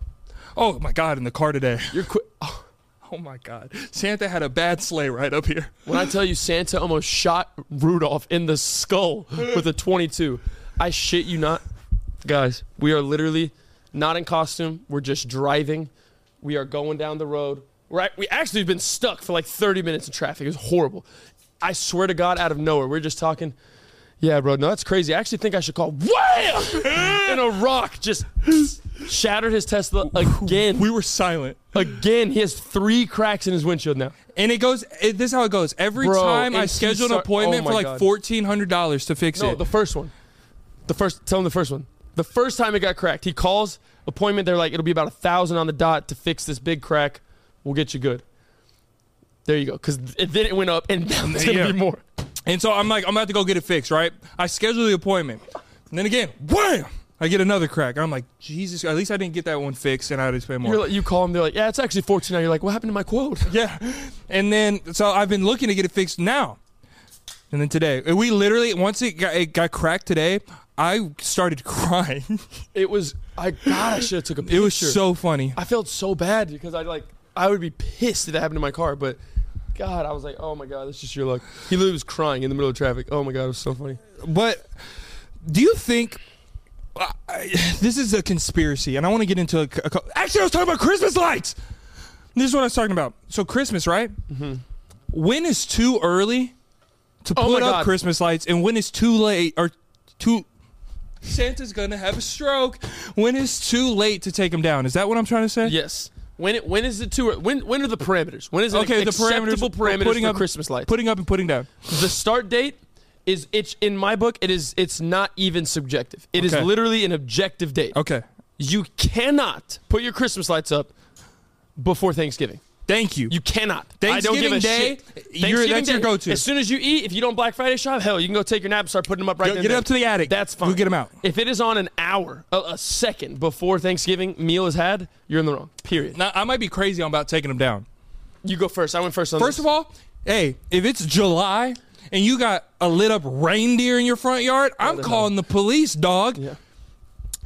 [SPEAKER 2] Oh my god! In the car today.
[SPEAKER 3] You're quick.
[SPEAKER 2] Oh my god! Santa had a bad sleigh right up here.
[SPEAKER 3] When I tell you Santa almost shot Rudolph in the skull with a 22, I shit you not. Guys, we are literally not in costume. We're just driving. We are going down the road. We're at, we actually have been stuck for like 30 minutes in traffic. It was horrible. I swear to God, out of nowhere, we're just talking. Yeah, bro, no, that's crazy. I actually think I should call. Wham! and a rock just shattered his Tesla again.
[SPEAKER 2] We were silent.
[SPEAKER 3] Again, he has three cracks in his windshield now.
[SPEAKER 2] And it goes. It, this is how it goes. Every
[SPEAKER 3] Bro,
[SPEAKER 2] time I
[SPEAKER 3] and he
[SPEAKER 2] schedule an
[SPEAKER 3] start-
[SPEAKER 2] appointment
[SPEAKER 3] oh
[SPEAKER 2] for
[SPEAKER 3] my
[SPEAKER 2] like
[SPEAKER 3] God.
[SPEAKER 2] fourteen hundred dollars to fix
[SPEAKER 3] No,
[SPEAKER 2] it.
[SPEAKER 3] the first one. The first. Tell him the first one. The first time it got cracked, he calls appointment. They're like, it'll be about a thousand on the dot to fix this big crack. We'll get you good. There you go. Because then it went up, and now it's gonna
[SPEAKER 2] Yeah.
[SPEAKER 3] be more.
[SPEAKER 2] And so I'm like, I'm about to go get it fixed, right? I schedule the appointment. And then again, wham! I get another crack. I'm like, Jesus, at least I didn't get that one fixed and I had to spend more.
[SPEAKER 3] You're like, you call them. They're like, yeah, it's actually fourteen. Now you're like, what happened to my quote?
[SPEAKER 2] yeah. And then, so I've been looking to get it fixed now. And then today, and we literally, once it got, it got cracked today, I started crying.
[SPEAKER 3] It was. I God, I should have took a picture.
[SPEAKER 2] It was so funny.
[SPEAKER 3] I felt so bad because I like I would be pissed if that happened to my car, but God, I was like, oh my God, that's just your luck. He literally was crying in the middle of traffic. Oh my God, it was so funny.
[SPEAKER 2] But do you think. I- I, this is a conspiracy, and I want to get into a, a. co- Actually, I was talking about Christmas lights! This is what I was talking about. So, Christmas, right? When is too early to
[SPEAKER 3] Mm-hmm. Oh
[SPEAKER 2] put
[SPEAKER 3] my
[SPEAKER 2] up
[SPEAKER 3] God.
[SPEAKER 2] Christmas lights, and when is too late or too. Santa's gonna have a stroke. When is too late to take them down? Is that what I'm trying to say?
[SPEAKER 3] Yes. When it, when is it too ear- when when are the parameters? When is it
[SPEAKER 2] Okay, the parameters,
[SPEAKER 3] acceptable parameters
[SPEAKER 2] putting
[SPEAKER 3] for
[SPEAKER 2] up
[SPEAKER 3] Christmas lights?
[SPEAKER 2] putting up and putting down.
[SPEAKER 3] the start date is it's in my book it is it's not even subjective. It is
[SPEAKER 2] Okay.
[SPEAKER 3] literally an objective date.
[SPEAKER 2] Okay,
[SPEAKER 3] You cannot put your Christmas lights up before Thanksgiving.
[SPEAKER 2] thank you.
[SPEAKER 3] You cannot. I don't
[SPEAKER 2] Thanksgiving
[SPEAKER 3] give a
[SPEAKER 2] Day,
[SPEAKER 3] shit.
[SPEAKER 2] you're- that's your go-to.
[SPEAKER 3] As soon as you eat, if you don't Black Friday shop, hell, you can go take your nap and start putting them up right
[SPEAKER 2] Go-
[SPEAKER 3] there.
[SPEAKER 2] get
[SPEAKER 3] and
[SPEAKER 2] it up to
[SPEAKER 3] then.
[SPEAKER 2] the attic.
[SPEAKER 3] That's fine.
[SPEAKER 2] We'll get 'em out.
[SPEAKER 3] If it is on an hour, a, a second before Thanksgiving meal is had, you're in the wrong. Period.
[SPEAKER 2] now I might be crazy on about taking them down.
[SPEAKER 3] you go first. I went first on
[SPEAKER 2] First
[SPEAKER 3] this.
[SPEAKER 2] of all, hey, if it's July and you got a lit up reindeer in your front yard, I'm calling the police, dog.
[SPEAKER 3] Yeah.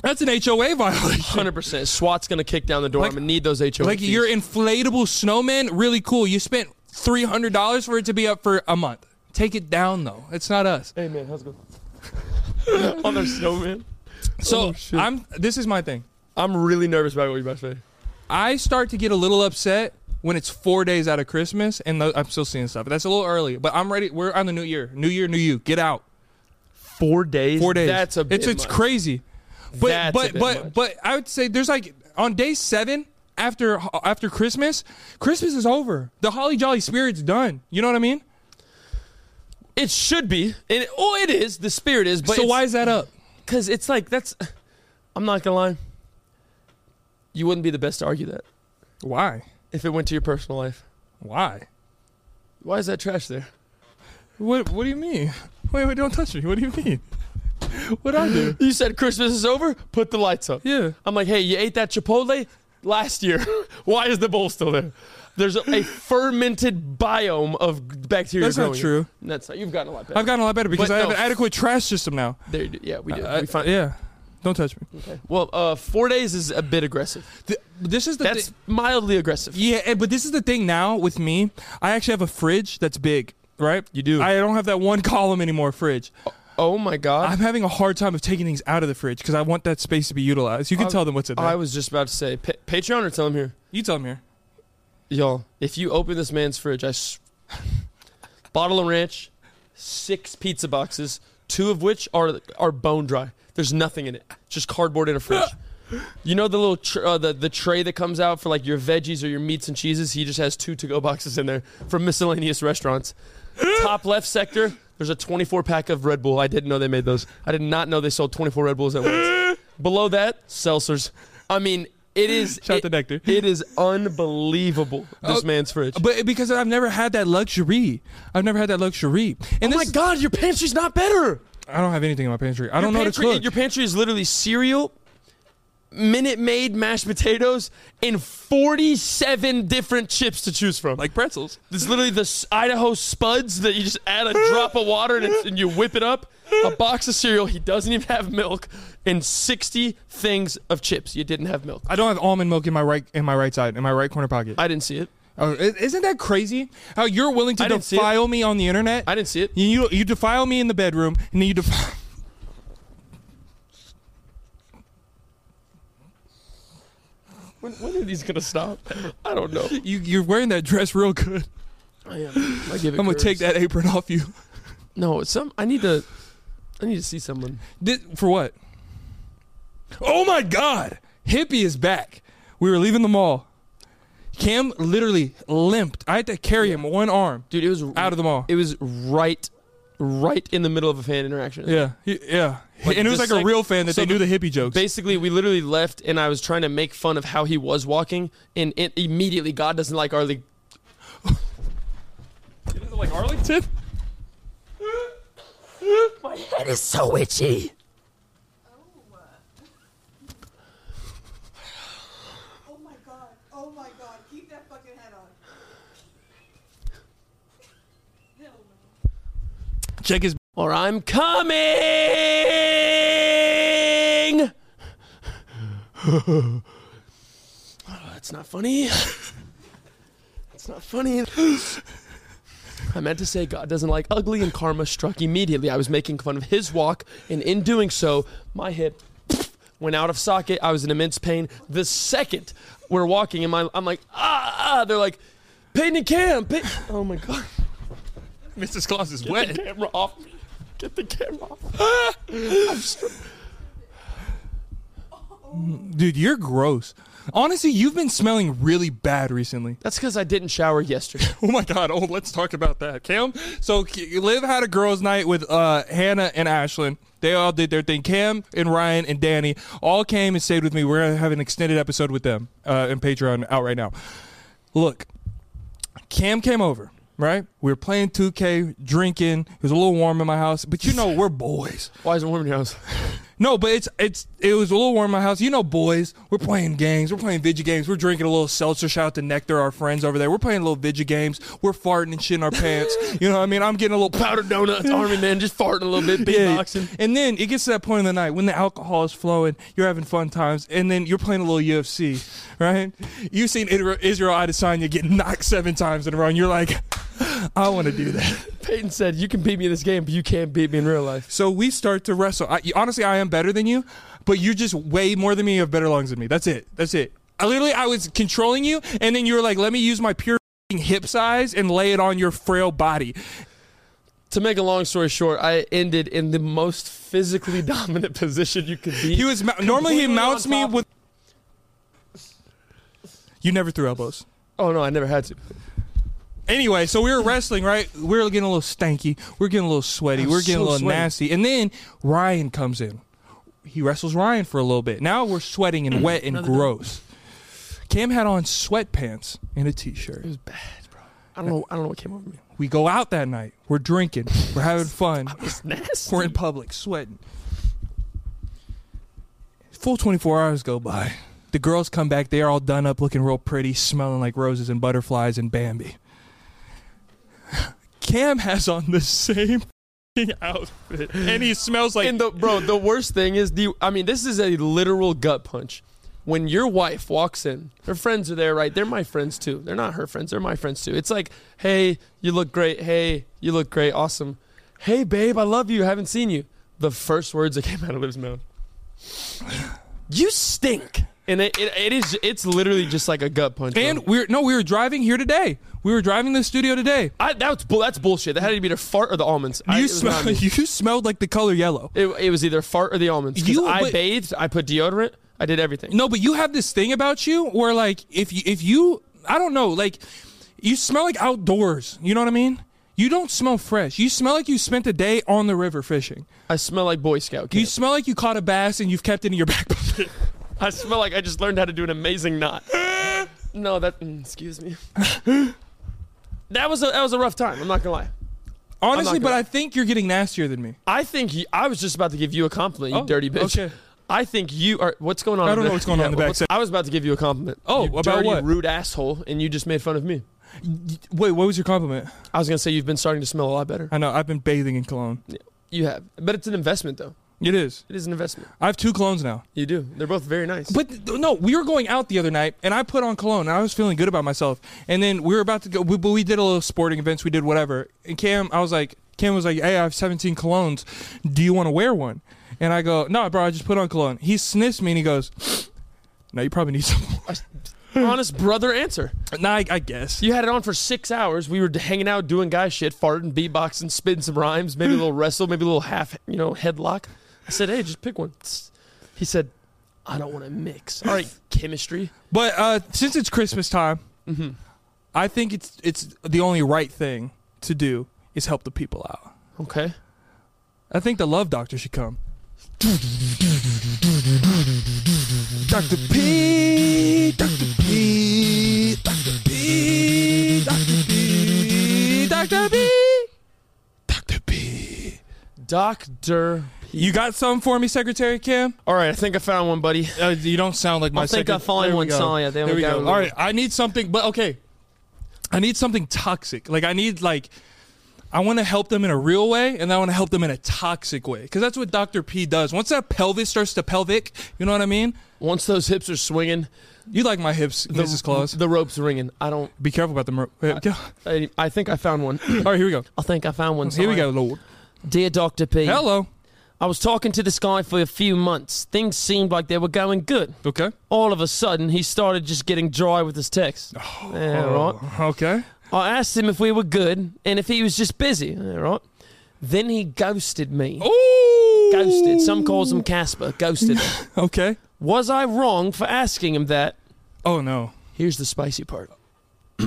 [SPEAKER 2] That's an HOA violation.
[SPEAKER 3] Hundred percent. SWAT's gonna kick down the door.
[SPEAKER 2] Like-
[SPEAKER 3] I'm gonna need those HOA.
[SPEAKER 2] Like your inflatable snowman, really cool. You spent three hundred dollars for it to be up for a month. Take it down though. It's not us.
[SPEAKER 3] Hey man, how's it going? on their snowman.
[SPEAKER 2] So
[SPEAKER 3] Oh, shit.
[SPEAKER 2] I'm. This is my thing.
[SPEAKER 3] I'm really nervous about what you're about to say.
[SPEAKER 2] I start to get a little upset when it's four days out of Christmas and tho- I'm still seeing stuff. That's a little early, but I'm ready. We're on the new year. New year, new you. Get out.
[SPEAKER 3] Four days.
[SPEAKER 2] Four days.
[SPEAKER 3] That's a.
[SPEAKER 2] It's
[SPEAKER 3] bit
[SPEAKER 2] it's
[SPEAKER 3] much.
[SPEAKER 2] crazy. But
[SPEAKER 3] That's a
[SPEAKER 2] but
[SPEAKER 3] bit
[SPEAKER 2] but
[SPEAKER 3] much.
[SPEAKER 2] but I would say there's like on day seven after after Christmas, Christmas is over. The holly jolly spirit's done. You know what I mean?
[SPEAKER 3] It should be. And oh, it is. The spirit is. But
[SPEAKER 2] so why is that up?
[SPEAKER 3] Because it's like that's. I'm not gonna lie. You wouldn't be the best to argue that
[SPEAKER 2] Why?
[SPEAKER 3] if it went to your personal life.
[SPEAKER 2] Why?
[SPEAKER 3] Why is that trash there?
[SPEAKER 2] What What do you mean? Wait wait don't touch me. What do you mean? What I do?
[SPEAKER 3] You said Christmas is over. Put the lights up.
[SPEAKER 2] Yeah.
[SPEAKER 3] I'm like, hey, you ate that Chipotle last year. Why is the bowl still there? There's a, a fermented biome of bacteria.
[SPEAKER 2] That's not
[SPEAKER 3] growing in it.
[SPEAKER 2] true.
[SPEAKER 3] That's not. You've gotten a lot better.
[SPEAKER 2] I've gotten a lot better because
[SPEAKER 3] But
[SPEAKER 2] I have
[SPEAKER 3] no.
[SPEAKER 2] an adequate trash system now.
[SPEAKER 3] there. You do. Yeah, we did.
[SPEAKER 2] I-
[SPEAKER 3] we found,
[SPEAKER 2] yeah. Don't touch me.
[SPEAKER 3] Well, uh, four days is a bit aggressive.
[SPEAKER 2] Th- this is the
[SPEAKER 3] That's
[SPEAKER 2] thi-
[SPEAKER 3] mildly aggressive.
[SPEAKER 2] yeah, and- but this is the thing now with me. I actually have a fridge that's big, right? You do. I don't have that one column anymore fridge.
[SPEAKER 3] Oh my god.
[SPEAKER 2] I'm having a hard time of taking things out of the fridge because I want that space to be utilized. You can tell them what's in there.
[SPEAKER 3] I was just about to say pa- Patreon or tell him here,
[SPEAKER 2] you tell them here.
[SPEAKER 3] y'all. If you open this man's fridge, I s- bottle of ranch, six pizza boxes, two of which are are bone dry. There's nothing in it, just cardboard in a fridge. You know the little tr- uh, the the tray that comes out for like your veggies or your meats and cheeses. He just has two to go boxes in there from miscellaneous restaurants. Top left sector. There's a 24 pack of Red Bull. I didn't know they made those. I did not know they sold 24 Red Bulls at once. Below that, seltzers. I mean, it is
[SPEAKER 2] Shout
[SPEAKER 3] it,
[SPEAKER 2] to Nectar.
[SPEAKER 3] It is unbelievable. This man's fridge.
[SPEAKER 2] Uh, But because I've never had that luxury, I've never had that luxury. And
[SPEAKER 3] oh my
[SPEAKER 2] this-
[SPEAKER 3] God, your pantry's not better.
[SPEAKER 2] I don't have anything in my pantry. I don't know
[SPEAKER 3] your
[SPEAKER 2] how to
[SPEAKER 3] pantry,
[SPEAKER 2] cook.
[SPEAKER 3] Your pantry is literally cereal, Minute Maid mashed potatoes, and 47 different chips to choose from.
[SPEAKER 2] like pretzels.
[SPEAKER 3] it's literally the s- Idaho spuds that you just add a drop of water and, it's, and you whip it up. A box of cereal. He doesn't even have milk, and 60 things of chips. You didn't have milk.
[SPEAKER 2] I don't have almond milk in my right in my right side in my right corner pocket.
[SPEAKER 3] I didn't see it.
[SPEAKER 2] Oh, i- isn't that crazy? How you're willing to
[SPEAKER 3] I didn't see it.
[SPEAKER 2] defile me on the internet?
[SPEAKER 3] I didn't see it.
[SPEAKER 2] You you defile me in the bedroom, and then you defile.
[SPEAKER 3] When, when are these gonna stop? I don't know.
[SPEAKER 2] You, you're wearing that dress real good.
[SPEAKER 3] I am. I give it
[SPEAKER 2] I'm gonna take that apron off you.
[SPEAKER 3] No, it's some. I need to. I need to see someone.
[SPEAKER 2] Thi- for what? Oh my God! Hippie is back. We were leaving the mall. Cam literally limped. I had to carry him one arm.
[SPEAKER 3] dude. It was
[SPEAKER 2] Out of the mall.
[SPEAKER 3] It was right, right in the middle of a fan interaction.
[SPEAKER 2] Yeah, he- yeah.
[SPEAKER 3] Like
[SPEAKER 2] and it was
[SPEAKER 3] the
[SPEAKER 2] like
[SPEAKER 3] sec-
[SPEAKER 2] a real fan that
[SPEAKER 3] so
[SPEAKER 2] they knew
[SPEAKER 3] the-
[SPEAKER 2] the hippie jokes.
[SPEAKER 3] Basically, we literally left, and I was trying to make fun of how he was walking, and it immediately God doesn't like our league.
[SPEAKER 2] like Arlington.
[SPEAKER 3] That is so itchy.
[SPEAKER 4] Oh my god. Oh my god. Keep that fucking head on. Hell no.
[SPEAKER 2] Check his.
[SPEAKER 3] Or I'm coming. That's not funny. It's not funny. I meant to say God doesn't like ugly, and karma struck immediately. I was making fun of his walk, and in doing so, my hip went out of socket. I was in immense pain. The second we're walking, and my, I'm like, ah, ah, they're like, Peyton and Cam. Pey-" Oh my God.
[SPEAKER 2] Mrs. Claus is
[SPEAKER 3] Get the camera off me. Get the camera off. I'm str-
[SPEAKER 2] Dude, you're gross. Honestly, you've been smelling really bad recently.
[SPEAKER 3] That's because I didn't shower yesterday.
[SPEAKER 2] Oh my god! Oh, let's talk about that, Cam. So, K- Liv had a girls' night with uh, Hannah and Ashlyn. They all did their thing. Cam and Ryan and Danny all came and stayed with me. We're gonna have an extended episode with them uh, and Patreon out right now. Look, Cam came over. Right, we were playing 2K, drinking. It was a little warm in my house, but you know we're boys.
[SPEAKER 3] Why is it warm in your house?
[SPEAKER 2] No, but it's it's it was a little warm in my house. You know, boys, we're playing games, we're playing video games, we're drinking a little seltzer. Shout out to Nectar, our friends over there. We're playing little video games. We're farting and shit in our pants. You know what I mean? I'm getting a little
[SPEAKER 3] Powdered donuts, Army Man, just farting a little bit, beatboxing.
[SPEAKER 2] And then it gets to that point in the night when the alcohol is flowing, you're having fun times, and then you're playing a little UFC, right? You've seen Israel Israel Adesanya get knocked seven times in a row, and you're like, I want to do that.
[SPEAKER 3] Peyton said, "You can beat me in this game, but you can't beat me in real life."
[SPEAKER 2] So we start to wrestle. I, honestly, I am better than you, but you're just way more than me. You have better lungs than me. That's it. That's it. I literally, I was controlling you, and then you were like, "Let me use my pure hip size and lay it on your frail body."
[SPEAKER 3] to make a long story short, I ended in the most physically dominant position you could be.
[SPEAKER 2] He was mou- normally he
[SPEAKER 3] Completely on
[SPEAKER 2] mounts me
[SPEAKER 3] top.
[SPEAKER 2] with. You never threw elbows.
[SPEAKER 3] Oh no, I never had to.
[SPEAKER 2] Anyway, so
[SPEAKER 3] Hmm.
[SPEAKER 2] we were wrestling, right? We were getting a little stanky. We are getting a little sweaty. We are getting
[SPEAKER 3] so
[SPEAKER 2] a little
[SPEAKER 3] sweaty.
[SPEAKER 2] nasty. And then Ryan comes in. He wrestles Ryan for a little bit. Now we're sweating and wet and gross. Cam had on sweatpants and a t-shirt.
[SPEAKER 3] I don't know. I don't know what came over me.
[SPEAKER 2] We go out that night. We're drinking. We're having fun.
[SPEAKER 3] It's nasty.
[SPEAKER 2] We're in public sweating. Full 24 hours go by. The girls come back. They are all done up, looking real pretty, smelling like roses and butterflies and Bambi. Cam has on the same f***ing outfit, and he smells like.
[SPEAKER 3] and the bro, the worst thing is the. I mean, this is a literal gut punch. When your wife walks in, her friends are there, right? They're my friends too. They're not her friends. They're my friends too. It's like, hey, you look great. Hey, you look great. Awesome. Hey, babe, I love you. haven't seen you. The first words that came out of his mouth. You stink. And it, it, it is. It's literally just like a gut punch. bro.
[SPEAKER 2] and we're no, we were driving here today. We were driving to the studio today.
[SPEAKER 3] I, that's bull. That's bullshit. That had to be the fart or the almonds. I,
[SPEAKER 2] You
[SPEAKER 3] it, was not
[SPEAKER 2] smell.
[SPEAKER 3] me.
[SPEAKER 2] You smelled like the color yellow.
[SPEAKER 3] It, it was either fart or the almonds. 'Cause
[SPEAKER 2] You-
[SPEAKER 3] I
[SPEAKER 2] but-
[SPEAKER 3] bathed. I put deodorant. I did everything.
[SPEAKER 2] No, but you have this thing about you where like if you if you I don't know, like you smell like outdoors. You know what I mean? You don't smell fresh. You smell like you spent a day on the river fishing.
[SPEAKER 3] I smell like Boy Scout.
[SPEAKER 2] You
[SPEAKER 3] Camp.
[SPEAKER 2] smell like you caught a bass and you've kept it in your back pocket.
[SPEAKER 3] I smell like I just learned how to do an amazing knot. no, that. mm, excuse me. that was a that was a rough time. I'm not gonna lie.
[SPEAKER 2] Honestly,
[SPEAKER 3] gonna-
[SPEAKER 2] but I think you're getting nastier than me.
[SPEAKER 3] I think you, I was just about to give you a compliment, you
[SPEAKER 2] Oh,
[SPEAKER 3] dirty bitch.
[SPEAKER 2] okay.
[SPEAKER 3] I think you are. What's going on?
[SPEAKER 2] I
[SPEAKER 3] in
[SPEAKER 2] don't
[SPEAKER 3] the-
[SPEAKER 2] know what's going on in the
[SPEAKER 3] what's-
[SPEAKER 2] back
[SPEAKER 3] I was about to give you a compliment.
[SPEAKER 2] Oh,
[SPEAKER 3] you
[SPEAKER 2] about
[SPEAKER 3] dirty,
[SPEAKER 2] what?
[SPEAKER 3] Rude asshole, and you just made fun of me.
[SPEAKER 2] Wait, what was your compliment?
[SPEAKER 3] I was gonna say you've been starting to smell a lot better.
[SPEAKER 2] I know I've been bathing in cologne.
[SPEAKER 3] You have, but it's an investment though.
[SPEAKER 2] It is.
[SPEAKER 3] It is an investment.
[SPEAKER 2] I have two colognes now.
[SPEAKER 3] You do. They're both very nice.
[SPEAKER 2] But th- no, we were going out the other night, and I put on cologne, and I was feeling good about myself. And then we were about to go, we, but we did a little sporting events, we did whatever. And Cam, I was like, Cam was like, "Hey, I have 17 colognes. Do you want to wear one?" And I go, "No, bro, I just put on cologne." He sniffs me, and he goes, "No, you probably need some." more."
[SPEAKER 3] honest brother answer.
[SPEAKER 2] nah, I, I guess.
[SPEAKER 3] You had it on for six hours. We were hanging out, doing guy shit, farting, beatboxing, spitting some rhymes, maybe a little wrestle, maybe a little half, you know, headlock. I said, "Hey, just pick one." He said, "I don't want to mix." All right, chemistry.
[SPEAKER 2] But uh, since it's Christmas time, I think it's it's the only right thing to do is help the people out.
[SPEAKER 3] Okay.
[SPEAKER 2] I think the love doctor should come. Dr. P, Dr. P, Dr. P, Dr. P, Dr. P, Dr. P.
[SPEAKER 3] Doctor.
[SPEAKER 2] You got something for me, Secretary Kim?
[SPEAKER 3] All right, I think I found one, buddy.
[SPEAKER 2] Uh, you don't sound like my.
[SPEAKER 3] I think I
[SPEAKER 2] secret-
[SPEAKER 3] found
[SPEAKER 2] there we
[SPEAKER 3] one,
[SPEAKER 2] go.
[SPEAKER 3] sorry, I
[SPEAKER 2] There
[SPEAKER 3] think we
[SPEAKER 2] we
[SPEAKER 3] got
[SPEAKER 2] go.
[SPEAKER 3] one.
[SPEAKER 2] All right, I need something, but okay, I need something toxic. Like I need like, I want to help them in a real way, and I want to help them in a toxic way, because that's what Doctor P does. Once that pelvis starts to pelvic, you know what I mean?
[SPEAKER 3] Once those hips are swinging,
[SPEAKER 2] You like my hips,
[SPEAKER 3] the,
[SPEAKER 2] Mrs. Claus. Uh,
[SPEAKER 3] the rope's ringing. I don't.
[SPEAKER 2] Be careful about the. Mer-
[SPEAKER 3] I, I think I found one.
[SPEAKER 2] All right, here we go.
[SPEAKER 3] I think I found one.
[SPEAKER 2] Oh, Here we
[SPEAKER 3] sorry.
[SPEAKER 2] go, Lord.
[SPEAKER 3] Dear Doctor P.
[SPEAKER 2] Hello.
[SPEAKER 3] I was talking to this guy for a few months. Things seemed like they were going good.
[SPEAKER 2] Okay.
[SPEAKER 3] All of a sudden, he started just getting dry with his text.
[SPEAKER 2] Oh.
[SPEAKER 3] Yeah, right.
[SPEAKER 2] Okay.
[SPEAKER 3] I asked him if we were good and if he was just busy. All right. Then he ghosted me.
[SPEAKER 2] Oh. Ooh.
[SPEAKER 3] Ghosted. Some calls him Casper. Ghosted.
[SPEAKER 2] Okay.
[SPEAKER 3] was I wrong for asking him that?
[SPEAKER 2] Oh no.
[SPEAKER 3] Here's the spicy part.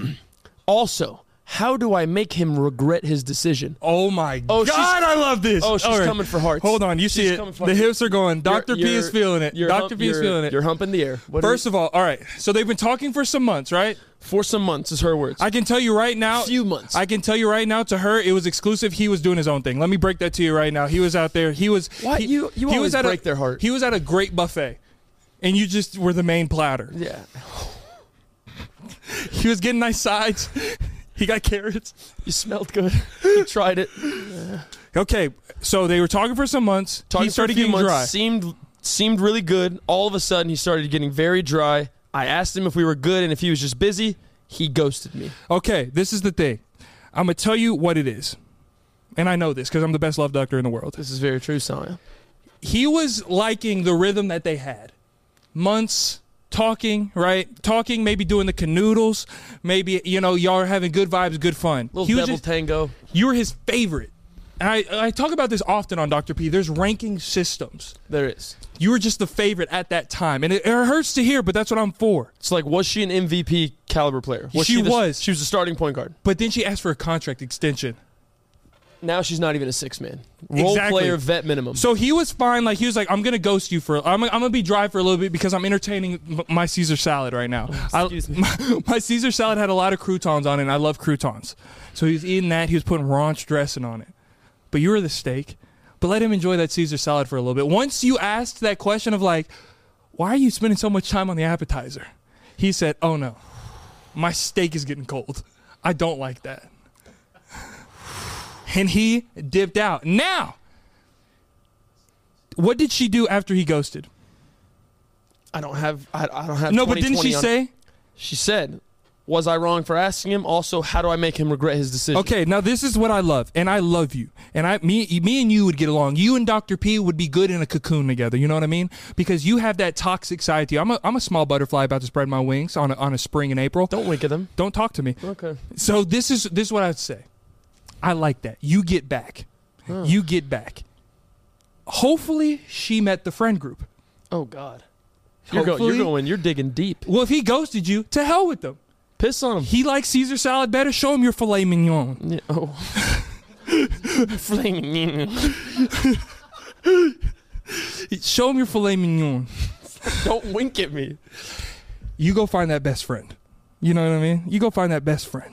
[SPEAKER 3] also, how do I make him regret his decision?
[SPEAKER 2] Oh my
[SPEAKER 3] Oh, she's-
[SPEAKER 2] God! I love this.
[SPEAKER 3] Oh, she's
[SPEAKER 2] All right.
[SPEAKER 3] coming for hearts.
[SPEAKER 2] Hold on, you
[SPEAKER 3] She's
[SPEAKER 2] see
[SPEAKER 3] coming
[SPEAKER 2] it.
[SPEAKER 3] for
[SPEAKER 2] The
[SPEAKER 3] hearts.
[SPEAKER 2] hips are going. Doctor
[SPEAKER 3] You're-
[SPEAKER 2] P is
[SPEAKER 3] you're-
[SPEAKER 2] feeling it.
[SPEAKER 3] you're
[SPEAKER 2] Doctor
[SPEAKER 3] hump-
[SPEAKER 2] P is
[SPEAKER 3] you're-
[SPEAKER 2] feeling it.
[SPEAKER 3] You're humping the air. What do
[SPEAKER 2] First of all, all right. So they've been talking for some months, right?
[SPEAKER 3] we- for some months is her words.
[SPEAKER 2] I can tell you right now.
[SPEAKER 3] Few months.
[SPEAKER 2] I can tell you right now. To her, it was exclusive. He was doing his own thing. Let me break that to you right now. He was out there. He was.
[SPEAKER 3] Why-
[SPEAKER 2] He,
[SPEAKER 3] you- you
[SPEAKER 2] he
[SPEAKER 3] always
[SPEAKER 2] was at
[SPEAKER 3] break
[SPEAKER 2] a,
[SPEAKER 3] their heart.
[SPEAKER 2] He was at a great buffet, and you just were the main platter.
[SPEAKER 3] yeah.
[SPEAKER 2] He was getting nice sides. he got carrots.
[SPEAKER 3] You smelled good. you tried it.
[SPEAKER 2] Okay, so they were talking for some months.
[SPEAKER 3] Talking
[SPEAKER 2] he started
[SPEAKER 3] for a
[SPEAKER 2] getting
[SPEAKER 3] few months,
[SPEAKER 2] dry.
[SPEAKER 3] Seemed seemed really good. All of a sudden, he started getting very dry. I asked him if we were good and if he was just busy. He ghosted me.
[SPEAKER 2] Okay, this is the thing. I'm gonna tell you what it is, and I know this because I'm the best love doctor in the world.
[SPEAKER 3] This is very true, Sonia.
[SPEAKER 2] he was liking the rhythm that they had. Months talking, right? Talking, maybe doing the canoodles, maybe you know y'all are having good vibes, good fun.
[SPEAKER 3] Little
[SPEAKER 2] He was
[SPEAKER 3] devil
[SPEAKER 2] just-
[SPEAKER 3] tango.
[SPEAKER 2] you were his favorite. and I, I talk about this often on Dr. P, there's ranking systems.
[SPEAKER 3] There is.
[SPEAKER 2] You were just the favorite at that time. And it, it hurts to hear, but that's what I'm for.
[SPEAKER 3] It's like, was she an MVP caliber player?
[SPEAKER 2] She
[SPEAKER 3] the-
[SPEAKER 2] was.
[SPEAKER 3] She was a starting point guard.
[SPEAKER 2] But then she asked for a contract extension.
[SPEAKER 3] Now she's not even a six man. Role
[SPEAKER 2] Exactly.
[SPEAKER 3] player, vet minimum.
[SPEAKER 2] So he was fine. Like he was like, I'm gonna ghost you for. I'm, I'm gonna be dry for a little bit because I'm entertaining m- my Caesar salad right now.
[SPEAKER 3] Oh, excuse
[SPEAKER 2] I,
[SPEAKER 3] me.
[SPEAKER 2] My, my Caesar salad had a lot of croutons on it. and I love croutons, so he was eating that. He was putting ranch dressing on it. But you were the steak. But let him enjoy that Caesar salad for a little bit. Once you asked that question of like, why are you spending so much time on the appetizer? He said, Oh no, my steak is getting cold. I don't like that. And he dipped out. Now, what did she do after he ghosted?
[SPEAKER 3] I don't have. I, I don't have.
[SPEAKER 2] No, but
[SPEAKER 3] 20,
[SPEAKER 2] didn't she
[SPEAKER 3] 20 on-
[SPEAKER 2] say?
[SPEAKER 3] She said, "Was I wrong for asking him? Also, how do I make him regret his decision?"
[SPEAKER 2] Okay, now this is what I love, and I love you, and I me me and you would get along. You and Dr. P would be good in a cocoon together. You know what I mean? Because you have that toxic side to you. I'm a I'm a small butterfly about to spread my wings on a, on a spring in April.
[SPEAKER 3] Don't wink at him.
[SPEAKER 2] Don't talk to me.
[SPEAKER 3] Okay.
[SPEAKER 2] So this is this is what I'd say. I like that. You get back. You get back. Hopefully, she met the friend group.
[SPEAKER 3] Oh God. You're going, you're
[SPEAKER 2] Hopefully.
[SPEAKER 3] going. You're digging deep.
[SPEAKER 2] Well, if he ghosted you, to hell with them.
[SPEAKER 3] Piss on him.
[SPEAKER 2] He likes Caesar salad better. Show him your filet mignon.
[SPEAKER 3] Yeah, oh. Flaming.
[SPEAKER 2] Show him your filet mignon.
[SPEAKER 3] Don't wink at me.
[SPEAKER 2] You go find that best friend. You know what I mean? You go find that best friend.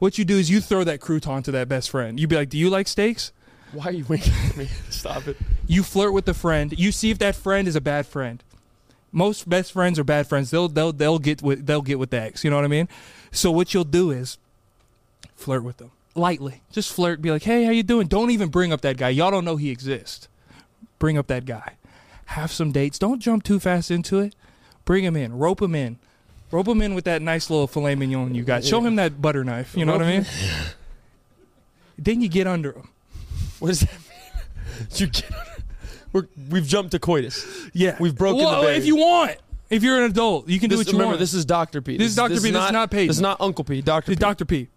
[SPEAKER 2] What you do is you throw that crouton to that best friend. You be like, "Do you like steaks?"
[SPEAKER 3] Why are you winking at me? Stop it.
[SPEAKER 2] You flirt with the friend. You see if that friend is a bad friend. Most best friends are bad friends. They'll they'll they'll get with they'll get with the ex. You know what I mean? So what you'll do is flirt with them lightly. Just flirt. Be like, hey, how you doing? Don't even bring up that guy. Y'all don't know he exists. Bring up that guy. Have some dates. Don't jump too fast into it. Bring him in. Rope him in. Rope him in with that nice little filet mignon you got. Show him that butter knife. You know what I mean? then you get under him.
[SPEAKER 3] What does that mean? You get We're, we've jumped to coitus.
[SPEAKER 2] Yeah,
[SPEAKER 3] We've broken the
[SPEAKER 2] Well, if
[SPEAKER 3] barrier.
[SPEAKER 2] you want, if you're an adult, you can do
[SPEAKER 3] This,
[SPEAKER 2] what you
[SPEAKER 3] remember,
[SPEAKER 2] want.
[SPEAKER 3] this is Dr. P.
[SPEAKER 2] This is Dr. P. This is not Peyton.
[SPEAKER 3] This is not Uncle P. Dr. P.
[SPEAKER 2] It's Dr. P.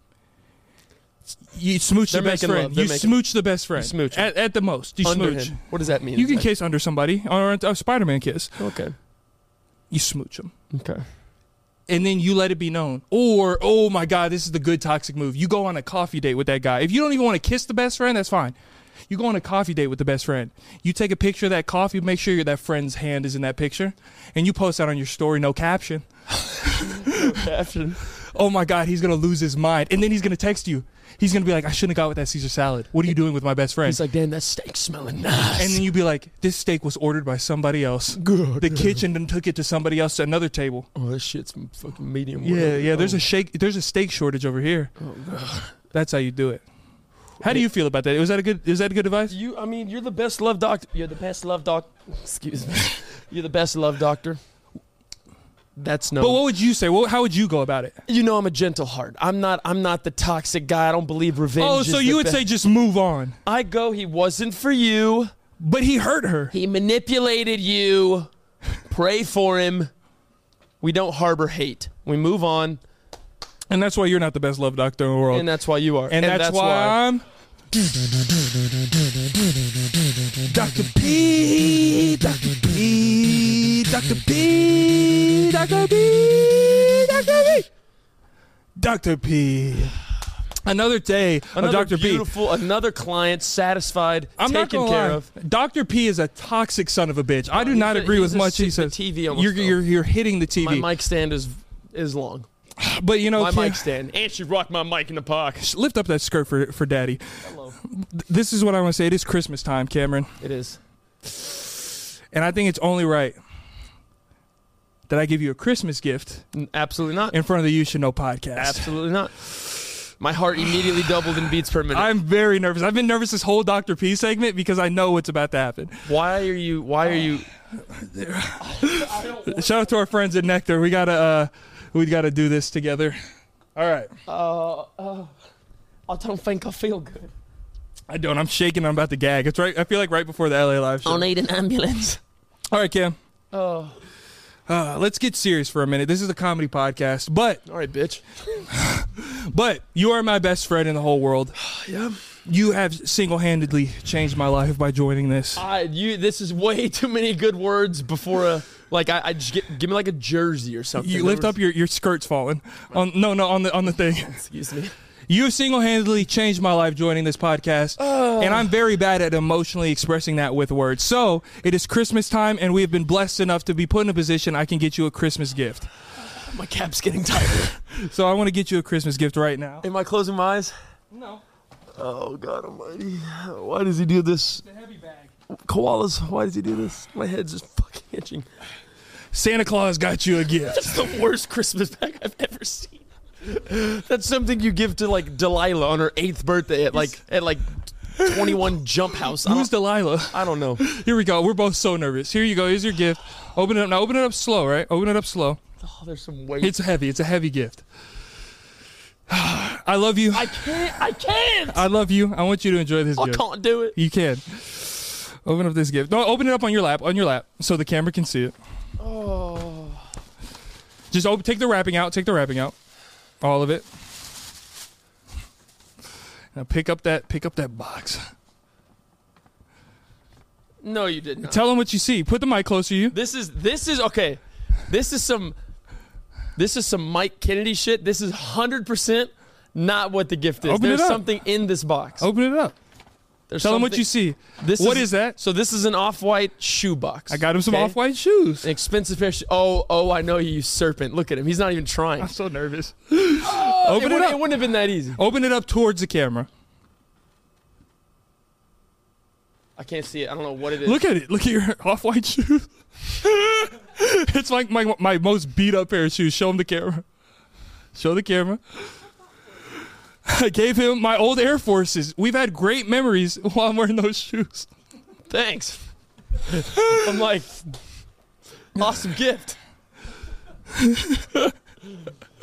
[SPEAKER 2] You smooch
[SPEAKER 3] They're
[SPEAKER 2] the best
[SPEAKER 3] making
[SPEAKER 2] friend.
[SPEAKER 3] love. They're
[SPEAKER 2] You
[SPEAKER 3] making-
[SPEAKER 2] smooch the best friend.
[SPEAKER 3] smooch him.
[SPEAKER 2] at, at the most. You
[SPEAKER 3] Under
[SPEAKER 2] smooch.
[SPEAKER 3] him. What does that mean?
[SPEAKER 2] You can
[SPEAKER 3] exactly?
[SPEAKER 2] kiss under somebody or a Spider-Man kiss.
[SPEAKER 3] Okay.
[SPEAKER 2] You smooch them.
[SPEAKER 3] Okay.
[SPEAKER 2] and then you let it be known. Or, oh my God, this is the good toxic move. You go on a coffee date with that guy. If you don't even want to kiss the best friend, that's fine. You go on a coffee date with the best friend. You take a picture of that coffee, make sure your- that friend's hand is in that picture, and you post that on your story, no caption.
[SPEAKER 3] Caption.
[SPEAKER 2] Oh my God, he's going to lose his mind. And then he's going to text you. He's going to be like, I shouldn't have got with that Caesar salad. What are you doing with my best friend?
[SPEAKER 3] He's like, damn, that steak smelling nice.
[SPEAKER 2] and then you'd be like, this steak was ordered by somebody else. The kitchen then took it to somebody else to another table.
[SPEAKER 3] oh, this shit's fucking medium.
[SPEAKER 2] Yeah,
[SPEAKER 3] rare.
[SPEAKER 2] yeah. There's
[SPEAKER 3] Oh.
[SPEAKER 2] a shake. There's a steak shortage over here. That's how you do it. How do you feel about that? Was that a good? Is that a good advice?
[SPEAKER 3] You, I mean, you're the best love doctor. You're the best love doc. Excuse me. You're the best love doctor. That's no.
[SPEAKER 2] But what would you say? What, how would you go about it?
[SPEAKER 3] you know, I'm a gentle heart. I'm not. I'm not the toxic guy. I don't believe revenge.
[SPEAKER 2] Oh,
[SPEAKER 3] is
[SPEAKER 2] so
[SPEAKER 3] the
[SPEAKER 2] you would
[SPEAKER 3] be-
[SPEAKER 2] say just move on.
[SPEAKER 3] I go. He wasn't for you.
[SPEAKER 2] But he hurt her.
[SPEAKER 3] He manipulated you. Pray for him. We don't harbor hate. We move on,
[SPEAKER 2] And that's why you're not the best love doctor in the world. And,
[SPEAKER 3] and that's why you are.
[SPEAKER 2] that's, why, I'm. Dr. P, Dr. P, Dr. P, Dr. P, Dr. P, Dr. P. Another day of
[SPEAKER 3] another
[SPEAKER 2] Dr. P.
[SPEAKER 3] beautiful, another client satisfied,
[SPEAKER 2] I'm not
[SPEAKER 3] taken
[SPEAKER 2] gonna
[SPEAKER 3] care
[SPEAKER 2] lie.
[SPEAKER 3] of.
[SPEAKER 2] Dr. P is a toxic son of a bitch. I do
[SPEAKER 3] he's
[SPEAKER 2] not
[SPEAKER 3] a-
[SPEAKER 2] agree with
[SPEAKER 3] he's a
[SPEAKER 2] much he
[SPEAKER 3] sick- the
[SPEAKER 2] says.
[SPEAKER 3] TV almost
[SPEAKER 2] you're,
[SPEAKER 3] fell.
[SPEAKER 2] you're you're hitting the TV.
[SPEAKER 3] My mic stand is is long.
[SPEAKER 2] but you know,
[SPEAKER 3] my
[SPEAKER 2] Kim,
[SPEAKER 3] mic stand. And she rocked my mic in the park.
[SPEAKER 2] lift up that skirt for for daddy.
[SPEAKER 3] Hello.
[SPEAKER 2] This is what I want to say. It is Christmas time, Cameron,
[SPEAKER 3] It is.
[SPEAKER 2] and I think it's only right that I give you a Christmas gift
[SPEAKER 3] N- Absolutely not.
[SPEAKER 2] in front of the You Should Know podcast.
[SPEAKER 3] Absolutely not. My heart immediately doubled in beats per minute.
[SPEAKER 2] I'm very nervous. I've been nervous this whole Dr. P segment because I know what's about to happen.
[SPEAKER 3] why are you? Why are you?
[SPEAKER 2] Shout out to our friends at Nectar. We gotta uh, we gotta do this together. All right.
[SPEAKER 3] Uh, I don't think I feel good.
[SPEAKER 2] I don't. I'm shaking. I'm about to gag. It's right. I feel like right before the LA live show.
[SPEAKER 3] need an ambulance.
[SPEAKER 2] All right, Cam.
[SPEAKER 3] Oh.
[SPEAKER 2] Uh, let's get serious for a minute. This is a comedy podcast, but
[SPEAKER 3] All right, bitch.
[SPEAKER 2] but you are my best friend in the whole world.
[SPEAKER 3] Yeah.
[SPEAKER 2] You have single-handedly changed my life by joining this.
[SPEAKER 3] I, you, this is way too many good words before a like. I, I just get, give me like a jersey or something.
[SPEAKER 2] You lift up your, your skirt's falling. On no no on the on the thing.
[SPEAKER 3] Excuse me.
[SPEAKER 2] You single-handedly changed my life joining this podcast, and I'm very bad at emotionally expressing that with words. So it is Christmas time, and we have been blessed enough to be put in a position I can get you a Christmas gift.
[SPEAKER 3] My cap's getting tighter.
[SPEAKER 2] So I want to get you a Christmas gift right now.
[SPEAKER 3] Am I closing my eyes?
[SPEAKER 2] No,
[SPEAKER 3] Oh God Almighty! Why does he do this?
[SPEAKER 2] the heavy bag.
[SPEAKER 3] Koalas. Why does he do this? My head's just fucking itching.
[SPEAKER 2] Santa Claus got you a gift.
[SPEAKER 3] That's the worst Christmas bag I've ever seen. That's something you give to like Delilah on her eighth birthday at like at like twenty one jump house. I
[SPEAKER 2] Who's
[SPEAKER 3] don't,
[SPEAKER 2] Delilah?
[SPEAKER 3] I don't know.
[SPEAKER 2] Here we go. We're both so nervous. Here you go. Here's your gift. Open it up. Now open it up slow, right? Open it up slow.
[SPEAKER 3] Oh, there's some weight.
[SPEAKER 2] It's heavy. It's a heavy gift. I love you.
[SPEAKER 3] I
[SPEAKER 2] I,
[SPEAKER 3] can't. I can't. I,
[SPEAKER 2] love you. I want you to enjoy this gift.
[SPEAKER 3] can't do it.
[SPEAKER 2] You can. Open up this gift. No, open it up on your lap, on your lap, so the camera can see it. Oh.
[SPEAKER 3] Oh.
[SPEAKER 2] Just open, take the wrapping out. Take the wrapping out. All of it. Now pick up that pick up that box.
[SPEAKER 3] No, you did not.
[SPEAKER 2] Tell them what you see. Put the mic closer to you.
[SPEAKER 3] This is this is okay. This is some. This is some Mike Kennedy shit. This is hundred percent not what the gift is.
[SPEAKER 2] Open it
[SPEAKER 3] there's
[SPEAKER 2] up.
[SPEAKER 3] something in this box.
[SPEAKER 2] Open it up.
[SPEAKER 3] There's
[SPEAKER 2] Tell them what
[SPEAKER 3] something-
[SPEAKER 2] you see.
[SPEAKER 3] This
[SPEAKER 2] What
[SPEAKER 3] is
[SPEAKER 2] is that?
[SPEAKER 3] So this is an off-white shoe box.
[SPEAKER 2] I got him some
[SPEAKER 3] okay?
[SPEAKER 2] off-white shoes.
[SPEAKER 3] An expensive pair. Of sho- oh, oh, I know you, you serpent. Look at him. He's not even trying.
[SPEAKER 2] I'm so nervous.
[SPEAKER 3] it,
[SPEAKER 2] Open it,
[SPEAKER 3] wouldn't,
[SPEAKER 2] up.
[SPEAKER 3] it wouldn't have been that easy.
[SPEAKER 2] Open it up towards the camera.
[SPEAKER 3] I can't see it. I don't know what it is.
[SPEAKER 2] Look at it. Look at your off-white shoes. it's like my my most beat up pair of shoes. Show him the camera. Show the camera. I gave him my old Air Forces. We've had great memories while I'm wearing those shoes.
[SPEAKER 3] Thanks. I'm like, awesome gift.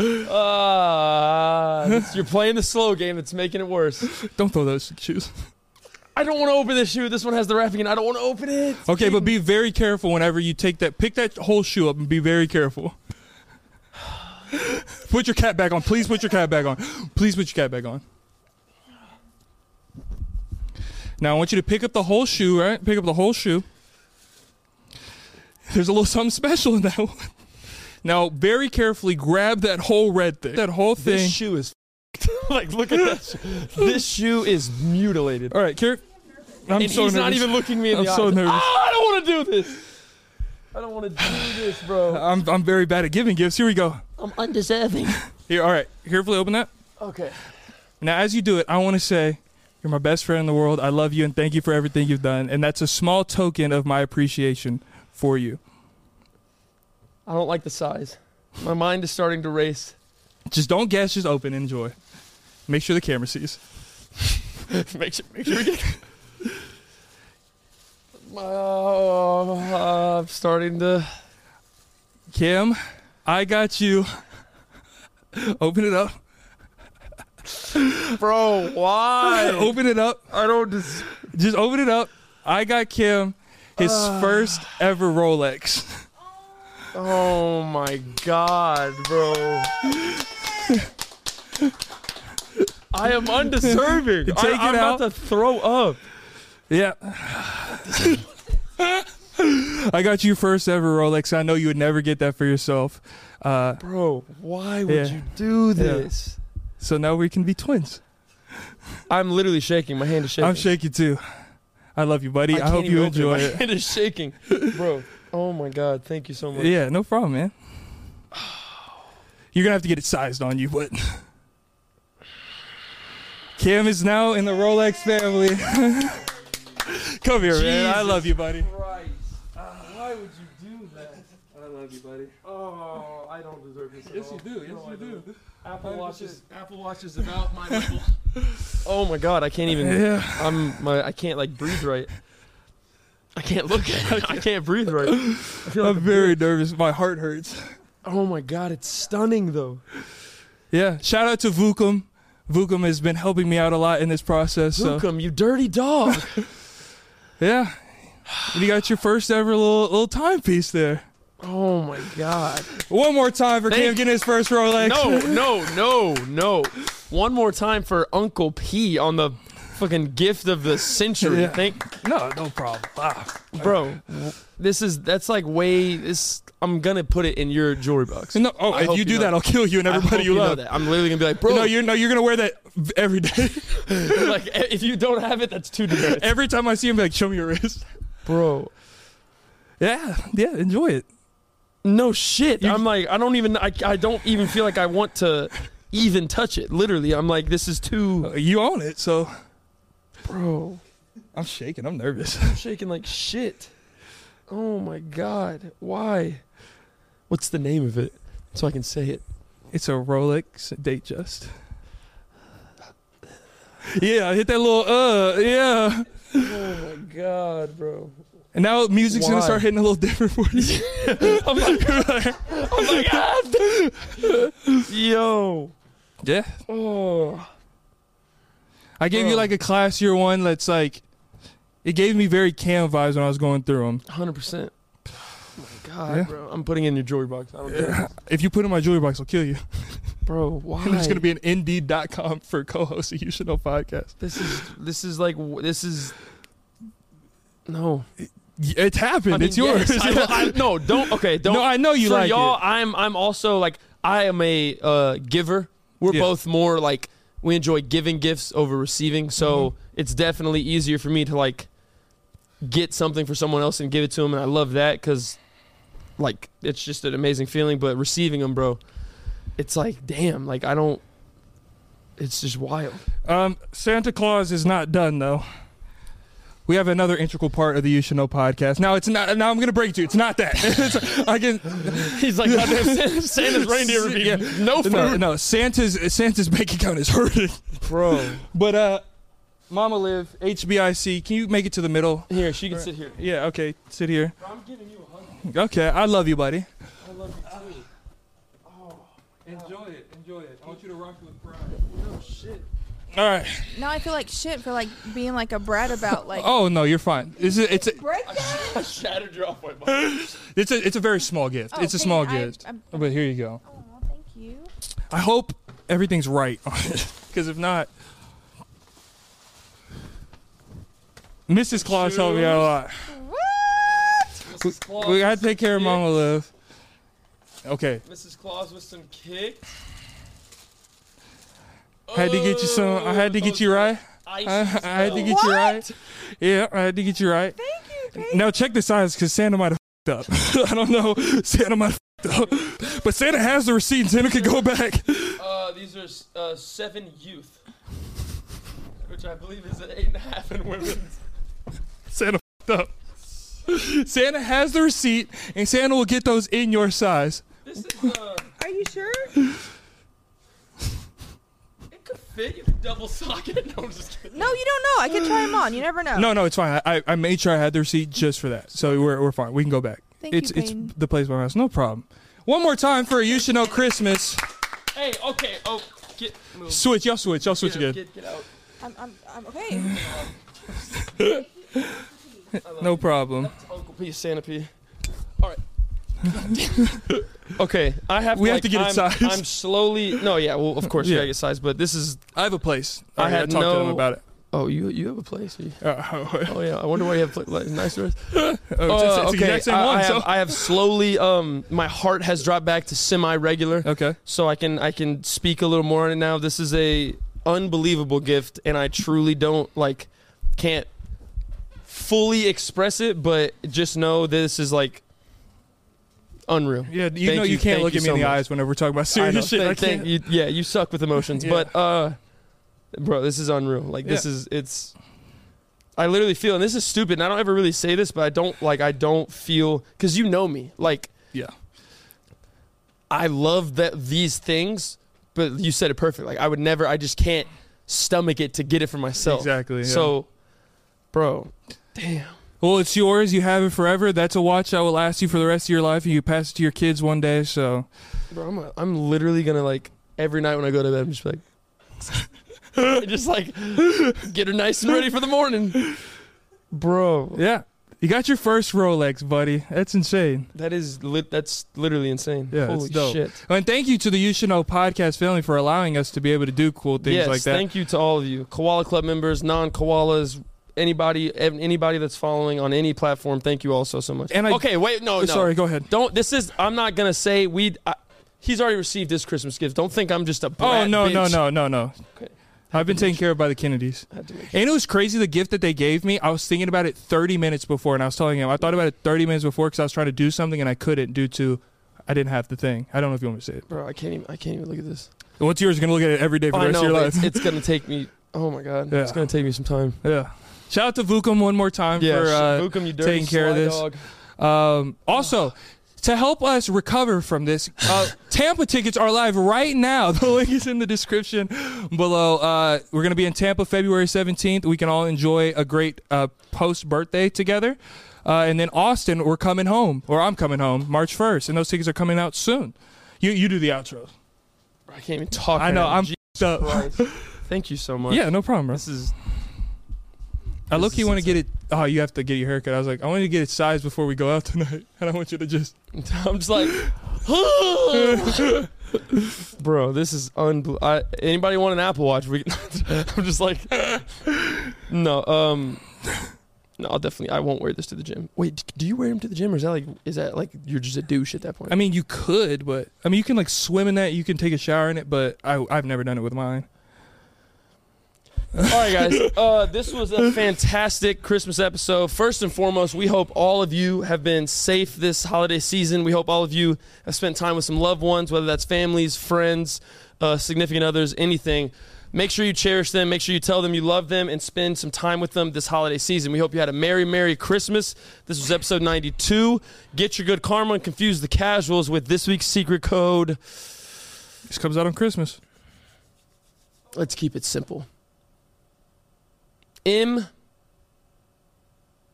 [SPEAKER 3] Ah, this- you're playing the slow game. It's making it worse.
[SPEAKER 2] Don't throw those shoes.
[SPEAKER 3] I don't want to open this shoe. This one has the wrapping, and I don't want to open it.
[SPEAKER 2] Okay, but be very careful whenever you take that. Pick that whole shoe up and be very careful. Put your cap back on. Please put your cap back on. Please put your cap back on. Now I want you to pick up the whole shoe, right? Pick up the whole shoe. There's a little something special in that one. Now, very carefully grab that whole red thing. That whole thing.
[SPEAKER 3] This shoe is like, look at this. This shoe is mutilated.
[SPEAKER 2] All right, care. I'm
[SPEAKER 3] and
[SPEAKER 2] so
[SPEAKER 3] he's
[SPEAKER 2] nervous.
[SPEAKER 3] not even looking me in
[SPEAKER 2] I'm
[SPEAKER 3] the
[SPEAKER 2] so
[SPEAKER 3] eyes.
[SPEAKER 2] nervous.
[SPEAKER 3] Ah, I don't want to do this. I don't want to do this, bro.
[SPEAKER 2] I'm, I'm very bad at giving gifts. Here we go.
[SPEAKER 3] I'm undeserving.
[SPEAKER 2] Here, all right. Carefully open that.
[SPEAKER 3] Okay.
[SPEAKER 2] Now, as you do it, I want to say, you're my best friend in the world. I love you and thank you for everything you've done. And that's a small token of my appreciation for you.
[SPEAKER 3] I don't like the size. My mind is starting to race.
[SPEAKER 2] Just don't guess, just open and enjoy. Make sure the camera sees.
[SPEAKER 3] make sure, make sure we get. Oh, I'm starting to.
[SPEAKER 2] Kim, I got you. open it up.
[SPEAKER 3] Bro, why?
[SPEAKER 2] Open it up.
[SPEAKER 3] I don't just.
[SPEAKER 2] Just open it up. I got Kim his first ever Rolex.
[SPEAKER 3] Oh my god, bro. I am undeserving.
[SPEAKER 2] Take
[SPEAKER 3] I,
[SPEAKER 2] it
[SPEAKER 3] I'm
[SPEAKER 2] out.
[SPEAKER 3] about to throw up.
[SPEAKER 2] Yeah. I got you first ever Rolex. I know you would never get that for yourself. Uh,
[SPEAKER 3] Bro, why would
[SPEAKER 2] Yeah.
[SPEAKER 3] you do this?
[SPEAKER 2] so now we can be twins.
[SPEAKER 3] I'm literally shaking. My hand is shaking.
[SPEAKER 2] I'm shaking too. I love you, buddy. I,
[SPEAKER 3] can't
[SPEAKER 2] hope
[SPEAKER 3] even
[SPEAKER 2] you
[SPEAKER 3] open
[SPEAKER 2] enjoy
[SPEAKER 3] My
[SPEAKER 2] it.
[SPEAKER 3] hand is shaking. Bro, oh my god, thank you so much.
[SPEAKER 2] Yeah, no problem, man. You're gonna have to get it sized on you, but Kim is now in the Rolex family. Come here, man. I
[SPEAKER 3] Jesus
[SPEAKER 2] love you, buddy.
[SPEAKER 3] Christ. Why would you do that? I love you, buddy. Oh, I don't deserve this. Yes, you do. Yes, you do. Apple Watch is Apple Watch is about my level. oh my God, I can't even.
[SPEAKER 2] Yeah.
[SPEAKER 3] I'm my. I can't like breathe right. I can't look. at it. I can't breathe right. I feel like
[SPEAKER 2] I'm
[SPEAKER 3] a-
[SPEAKER 2] very nervous. My heart hurts.
[SPEAKER 3] oh my God, it's stunning though.
[SPEAKER 2] Yeah. Shout out to Vukum. Vukum has been helping me out a lot in this process. So
[SPEAKER 3] Welcome, you dirty dog.
[SPEAKER 2] yeah. And you got your first ever little little timepiece there.
[SPEAKER 3] oh my God.
[SPEAKER 2] One more time for Kim
[SPEAKER 3] Thank-
[SPEAKER 2] getting his first Rolex.
[SPEAKER 3] No, no, no, no. One more time for Uncle P on the fucking gift of the century.
[SPEAKER 2] Yeah.
[SPEAKER 3] Thank,
[SPEAKER 2] No, no problem. Ah.
[SPEAKER 3] bro. This is that's like way. This I'm gonna put it in your jewelry box.
[SPEAKER 2] No, oh,
[SPEAKER 3] I
[SPEAKER 2] if
[SPEAKER 3] hope
[SPEAKER 2] you do
[SPEAKER 3] know
[SPEAKER 2] that, I'll kill you and
[SPEAKER 3] I
[SPEAKER 2] everybody
[SPEAKER 3] hope
[SPEAKER 2] you
[SPEAKER 3] know
[SPEAKER 2] love.
[SPEAKER 3] that. I'm literally gonna be like, bro.
[SPEAKER 2] No, you're no, you're gonna wear that v- every day.
[SPEAKER 3] like if you don't have it, that's too demerit.
[SPEAKER 2] every time I see him, be like, show me your wrist.
[SPEAKER 3] bro.
[SPEAKER 2] Yeah, yeah, enjoy it.
[SPEAKER 3] No shit. I'm like, I don't even. I, I don't even feel like I want to even touch it. Literally, I'm like, this is too,
[SPEAKER 2] You own it, so
[SPEAKER 3] bro.
[SPEAKER 2] I'm shaking. I'm nervous.
[SPEAKER 3] I'm shaking like shit. Oh my god. Why? What's the name of it? So I can say it.
[SPEAKER 2] It's a Rolex Datejust. Yeah, hit that little uh, yeah.
[SPEAKER 3] Oh my god, bro.
[SPEAKER 2] And now music's gonna
[SPEAKER 3] Why?
[SPEAKER 2] start hitting a little different for you.
[SPEAKER 3] I'm like, I'm like, ah, yo.
[SPEAKER 2] yeah,
[SPEAKER 3] Oh.
[SPEAKER 2] I gave you
[SPEAKER 3] Bro.
[SPEAKER 2] like a classier one. That's like, it gave me very Cam vibes when I was going through them.
[SPEAKER 3] 100%. Oh my God,
[SPEAKER 2] Yeah.
[SPEAKER 3] bro. I'm putting it in your jewelry box. I don't care.
[SPEAKER 2] If you put it in my jewelry box, I'll kill you.
[SPEAKER 3] Bro, why?
[SPEAKER 2] And There's gonna be an Indeed.com for co-host of You Should Know podcast.
[SPEAKER 3] This is, this is like, w- this is. No.
[SPEAKER 2] Y- It's happened.
[SPEAKER 3] I mean,
[SPEAKER 2] it's yours.
[SPEAKER 3] yes, I- I- no, don't. Okay, don't.
[SPEAKER 2] No, I know you
[SPEAKER 3] for
[SPEAKER 2] like
[SPEAKER 3] y'all.
[SPEAKER 2] it.
[SPEAKER 3] I'm. I'm also like. I am a uh, giver. We're
[SPEAKER 2] Yeah.
[SPEAKER 3] both more like we enjoy giving gifts over receiving. So it's definitely easier for me to like get something for someone else and give it to them, and I love that because like it's just an amazing feeling. But receiving them, bro, it's like damn. Like I don't. It's just wild.
[SPEAKER 2] Um, Santa Claus is not done though. We have another integral part of the You Should Know podcast. Now it's not. Now I'm gonna break it to you. It's not that. It's- I can.
[SPEAKER 3] He's like goddamn Santa's reindeer review. No food,
[SPEAKER 2] No, no. Santa's Santa's bank account is hurting.
[SPEAKER 3] bro.
[SPEAKER 2] But uh, Mama Live HBIC. Can you make it to the middle?
[SPEAKER 3] Here, she can sit here.
[SPEAKER 2] Yeah. Okay. Sit here.
[SPEAKER 3] I'm giving you a hug.
[SPEAKER 2] Okay. I love you, buddy. Oh,
[SPEAKER 3] I love you too.
[SPEAKER 2] Enjoy it. Enjoy it. I want you to rock it with pride.
[SPEAKER 3] Oh shit.
[SPEAKER 2] All right.
[SPEAKER 5] Now I feel like shit for like being like a brat about like.
[SPEAKER 2] Oh no, you're fine. It's a, it's a,
[SPEAKER 3] I shattered your off white box.
[SPEAKER 2] it's a it's a very small gift.
[SPEAKER 5] Oh,
[SPEAKER 2] it's a
[SPEAKER 5] hey,
[SPEAKER 2] small
[SPEAKER 5] I-
[SPEAKER 2] gift.
[SPEAKER 5] I'm-
[SPEAKER 2] but here you go.
[SPEAKER 5] Aw, thank you.
[SPEAKER 2] I hope everything's right on it, because if not, Mrs. Claus helped me out a lot.
[SPEAKER 5] What?
[SPEAKER 3] Claus
[SPEAKER 2] We
[SPEAKER 3] with
[SPEAKER 2] gotta take care of
[SPEAKER 3] some
[SPEAKER 2] Mama Liv. Okay,
[SPEAKER 3] kick. Mrs. Claus with some kick.
[SPEAKER 2] had to get you some. I had to
[SPEAKER 3] Oh,
[SPEAKER 2] get you right.
[SPEAKER 3] Ice.
[SPEAKER 2] I, I had to
[SPEAKER 3] smell.
[SPEAKER 2] get you right. Yeah, I had to get you right.
[SPEAKER 5] Thank you. Thank
[SPEAKER 2] Now check the size, because Santa might have up. I don't know. Santa might have up, but Santa has the receipt. and Santa could go back.
[SPEAKER 3] Uh, these are uh, seven youth, which I believe is an eight and a half in women's.
[SPEAKER 2] Santa f***ed up. Santa has the receipt, and Santa will get those in your size.
[SPEAKER 3] This is uh,
[SPEAKER 5] Are you sure?
[SPEAKER 3] it could fit. You could double sock it. No, I'm just kidding.
[SPEAKER 5] No, you don't know. I could try them on. You never know.
[SPEAKER 2] No, no, it's fine. I, I- I made sure I had the receipt just for that, so we're, we're fine. We can go back.
[SPEAKER 5] Thank
[SPEAKER 2] it's
[SPEAKER 5] you,
[SPEAKER 2] it's
[SPEAKER 5] Peyton.
[SPEAKER 2] the place by my house. No problem. One more time for a you should know Christmas.
[SPEAKER 3] Hey, okay. Oh, get move.
[SPEAKER 2] Switch, y'all switch, y'all switch
[SPEAKER 3] Get, out,
[SPEAKER 2] again.
[SPEAKER 3] get, get out.
[SPEAKER 5] I'm, I'm, I'm okay.
[SPEAKER 2] No problem.
[SPEAKER 3] Uncle P, Santa P. All right. okay, I have.
[SPEAKER 2] We have
[SPEAKER 3] to, like,
[SPEAKER 2] to get it
[SPEAKER 3] I'm,
[SPEAKER 2] sized.
[SPEAKER 3] I'm slowly. No, yeah. Well, of course you
[SPEAKER 2] Yeah.
[SPEAKER 3] gotta get sized, but this is.
[SPEAKER 2] I have a place.
[SPEAKER 3] I
[SPEAKER 2] Alright,
[SPEAKER 3] had
[SPEAKER 2] talked to them
[SPEAKER 3] no-
[SPEAKER 2] about it.
[SPEAKER 3] Oh, you you have a place. You-
[SPEAKER 2] Uh,
[SPEAKER 3] oh yeah. I wonder why you have pla- like, nice dress.
[SPEAKER 2] oh, it's, it's
[SPEAKER 3] Uh,
[SPEAKER 2] the exact same
[SPEAKER 3] I,
[SPEAKER 2] one.
[SPEAKER 3] I
[SPEAKER 2] so.
[SPEAKER 3] have, I have slowly. Um, my heart has dropped back to semi-regular,
[SPEAKER 2] okay.
[SPEAKER 3] so I can I can speak a little more on it now. This is a unbelievable gift, and I truly don't like can't fully express it, but just know this is like unreal.
[SPEAKER 2] Yeah, you
[SPEAKER 3] Thank
[SPEAKER 2] know you, can't
[SPEAKER 3] thank
[SPEAKER 2] look at me
[SPEAKER 3] so
[SPEAKER 2] in the
[SPEAKER 3] much.
[SPEAKER 2] eyes whenever we're talking about
[SPEAKER 3] I know.
[SPEAKER 2] serious shit. I
[SPEAKER 3] Thank- thank
[SPEAKER 2] can't.
[SPEAKER 3] you. Yeah, you suck with emotions,
[SPEAKER 2] Yeah.
[SPEAKER 3] but uh, bro, this is unreal. Like this
[SPEAKER 2] Yeah.
[SPEAKER 3] is it's. I literally feel, and this is stupid, and I don't ever really say this, but I don't like I don't feel because you know me. Like
[SPEAKER 2] Yeah.
[SPEAKER 3] I love that these things, but you said it perfect. Like I would never. I just can't stomach it to get it for myself.
[SPEAKER 2] Exactly, yeah.
[SPEAKER 3] So, bro, damn.
[SPEAKER 2] Well, it's yours. You have it forever. That's a watch that will last you for the rest of your life. You pass it to your kids one day. So
[SPEAKER 3] Bro, I'm, I'm literally gonna like every night when I go to bed, I'm just like, I just like get her nice and ready for the morning, bro.
[SPEAKER 2] yeah, You got your first Rolex, buddy. That's insane.
[SPEAKER 3] That is lit. That's literally insane.
[SPEAKER 2] Yeah,
[SPEAKER 3] Holy
[SPEAKER 2] it's dope.
[SPEAKER 3] shit.
[SPEAKER 2] And thank you to the You Should Know podcast family for allowing us to be able to do cool things
[SPEAKER 3] yes,
[SPEAKER 2] like that.
[SPEAKER 3] thank you to all of you, koala club members, non-koalas, anybody, ev- anybody that's following on any platform. Thank you all so so much.
[SPEAKER 2] And I-
[SPEAKER 3] okay, wait, no, no,
[SPEAKER 2] Oh, Sorry, go ahead.
[SPEAKER 3] Don't. This is. I'm not gonna say we. I, he's already received his Christmas gift. Don't think I'm just a.
[SPEAKER 2] Oh
[SPEAKER 3] brat
[SPEAKER 2] no,
[SPEAKER 3] bitch.
[SPEAKER 2] no, no, no, no. I've been taken care of by the Kennedys. And it was crazy the gift that they gave me. I was thinking about it 30 minutes before, and I was telling him I thought about it 30 minutes before because I was trying to do something and I couldn't due to I didn't have the thing. I don't know if you want me to say it.
[SPEAKER 3] bro. I can't even. I can't even look at this.
[SPEAKER 2] What's yours? You're gonna look at it every day for the
[SPEAKER 3] Oh, I
[SPEAKER 2] rest
[SPEAKER 3] know.
[SPEAKER 2] of your
[SPEAKER 3] but
[SPEAKER 2] life.
[SPEAKER 3] It's, it's gonna take me. Oh my god. It's
[SPEAKER 2] Yeah.
[SPEAKER 3] gonna take me some time.
[SPEAKER 2] yeah. Shout out to Vukum one more time
[SPEAKER 3] Yeah.
[SPEAKER 2] for
[SPEAKER 3] sh-
[SPEAKER 2] uh,
[SPEAKER 3] Vukum, you dirty
[SPEAKER 2] taking care of
[SPEAKER 3] sly
[SPEAKER 2] this.
[SPEAKER 3] dog.
[SPEAKER 2] Um, also, to help us recover from this, uh, Tampa tickets are live right now. The link is in the description below. Uh, we're going to be in Tampa February 17th. We can all enjoy a great uh, post birthday together. Uh, and then Austin, we're coming home, or I'm coming home March 1st, and those tickets are coming out soon. You, you do the outros.
[SPEAKER 3] I can't even talk.
[SPEAKER 2] I
[SPEAKER 3] right
[SPEAKER 2] know,
[SPEAKER 3] now.
[SPEAKER 2] I'm
[SPEAKER 3] Je-
[SPEAKER 2] stuck.
[SPEAKER 3] Thank you so much.
[SPEAKER 2] Yeah, no problem, bro.
[SPEAKER 3] This is.
[SPEAKER 2] I
[SPEAKER 3] this
[SPEAKER 2] look, you
[SPEAKER 3] is
[SPEAKER 2] want to get it. Oh, you have to get your haircut. I was like, I want you to get it sized before we go out tonight, and I want you to just.
[SPEAKER 3] I'm just like, bro, this is unbel- I Anybody want an Apple Watch? We, I'm just like, no, um, no, I'll definitely, I won't wear this to the gym. Wait, d- do you wear them to the gym, or is that like, is that like you're just a douche at that point?
[SPEAKER 2] I mean, you could, but I mean, you can like swim in that. You can take a shower in it, but I, I've never done it with mine.
[SPEAKER 3] All right, guys. Uh, this was a fantastic Christmas episode. First and foremost, we hope all of you have been safe this holiday season. We hope all of you have spent time with some loved ones, whether that's families, friends, uh, significant others, anything. Make sure you cherish them. Make sure you tell them you love them and spend some time with them this holiday season. We hope you had a Merry, Merry Christmas. This was episode 92. Get your good karma and confuse the casuals with this week's secret code.
[SPEAKER 2] This comes out on Christmas.
[SPEAKER 3] Let's keep it simple. M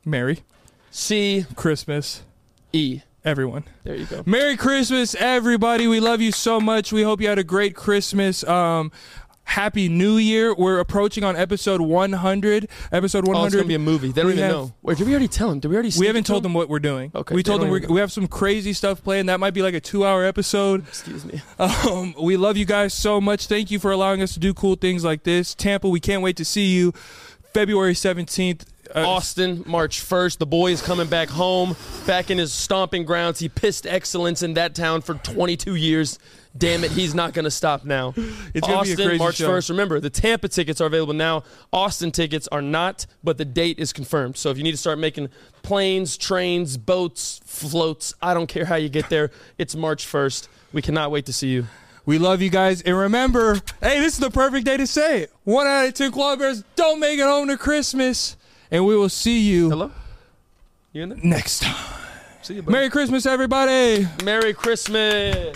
[SPEAKER 2] Merry
[SPEAKER 3] C
[SPEAKER 2] Christmas,
[SPEAKER 3] E.
[SPEAKER 2] everyone.
[SPEAKER 3] There you go.
[SPEAKER 2] Merry Christmas, everybody. We love you so much. We hope you had a great Christmas. Um, Happy New Year. We're approaching on episode 100. Episode 100.
[SPEAKER 3] Oh, it's gonna be a movie. They don't
[SPEAKER 2] We
[SPEAKER 3] even
[SPEAKER 2] have-
[SPEAKER 3] know. Wait, did we already tell them? Did we already?
[SPEAKER 2] We
[SPEAKER 3] sneak
[SPEAKER 2] haven't
[SPEAKER 3] it
[SPEAKER 2] told
[SPEAKER 3] to
[SPEAKER 2] them what we're doing.
[SPEAKER 3] Okay,
[SPEAKER 2] We
[SPEAKER 3] they
[SPEAKER 2] told them
[SPEAKER 3] don't
[SPEAKER 2] we're,
[SPEAKER 3] even-
[SPEAKER 2] we have some crazy stuff planned. That might be like a two hour episode.
[SPEAKER 3] Excuse me.
[SPEAKER 2] Um, we love you guys so much. Thank you for allowing us to do cool things like this. Tampa, we can't wait to see you February 17th. Uh,
[SPEAKER 3] Austin, March first. The boy is coming back home, back in his stomping grounds. He pissed excellence in that town for 22 years. Damn it, he's not gonna stop now.
[SPEAKER 2] It's gonna be a
[SPEAKER 3] Austin,
[SPEAKER 2] crazy
[SPEAKER 3] March
[SPEAKER 2] show.
[SPEAKER 3] first. Remember, the Tampa tickets are available now. Austin tickets are not, but the date is confirmed. So if you need to start making planes, trains, boats, floats, I don't care how you get there. It's March first. We cannot wait to see you.
[SPEAKER 2] We love you guys. And remember, hey, this is the perfect day to say it. One out of two koala bears don't make it home to Christmas. And we will see you
[SPEAKER 3] Hello. You in there?
[SPEAKER 2] next time.
[SPEAKER 3] See you. buddy.
[SPEAKER 2] Merry Christmas, everybody.
[SPEAKER 3] Merry Christmas.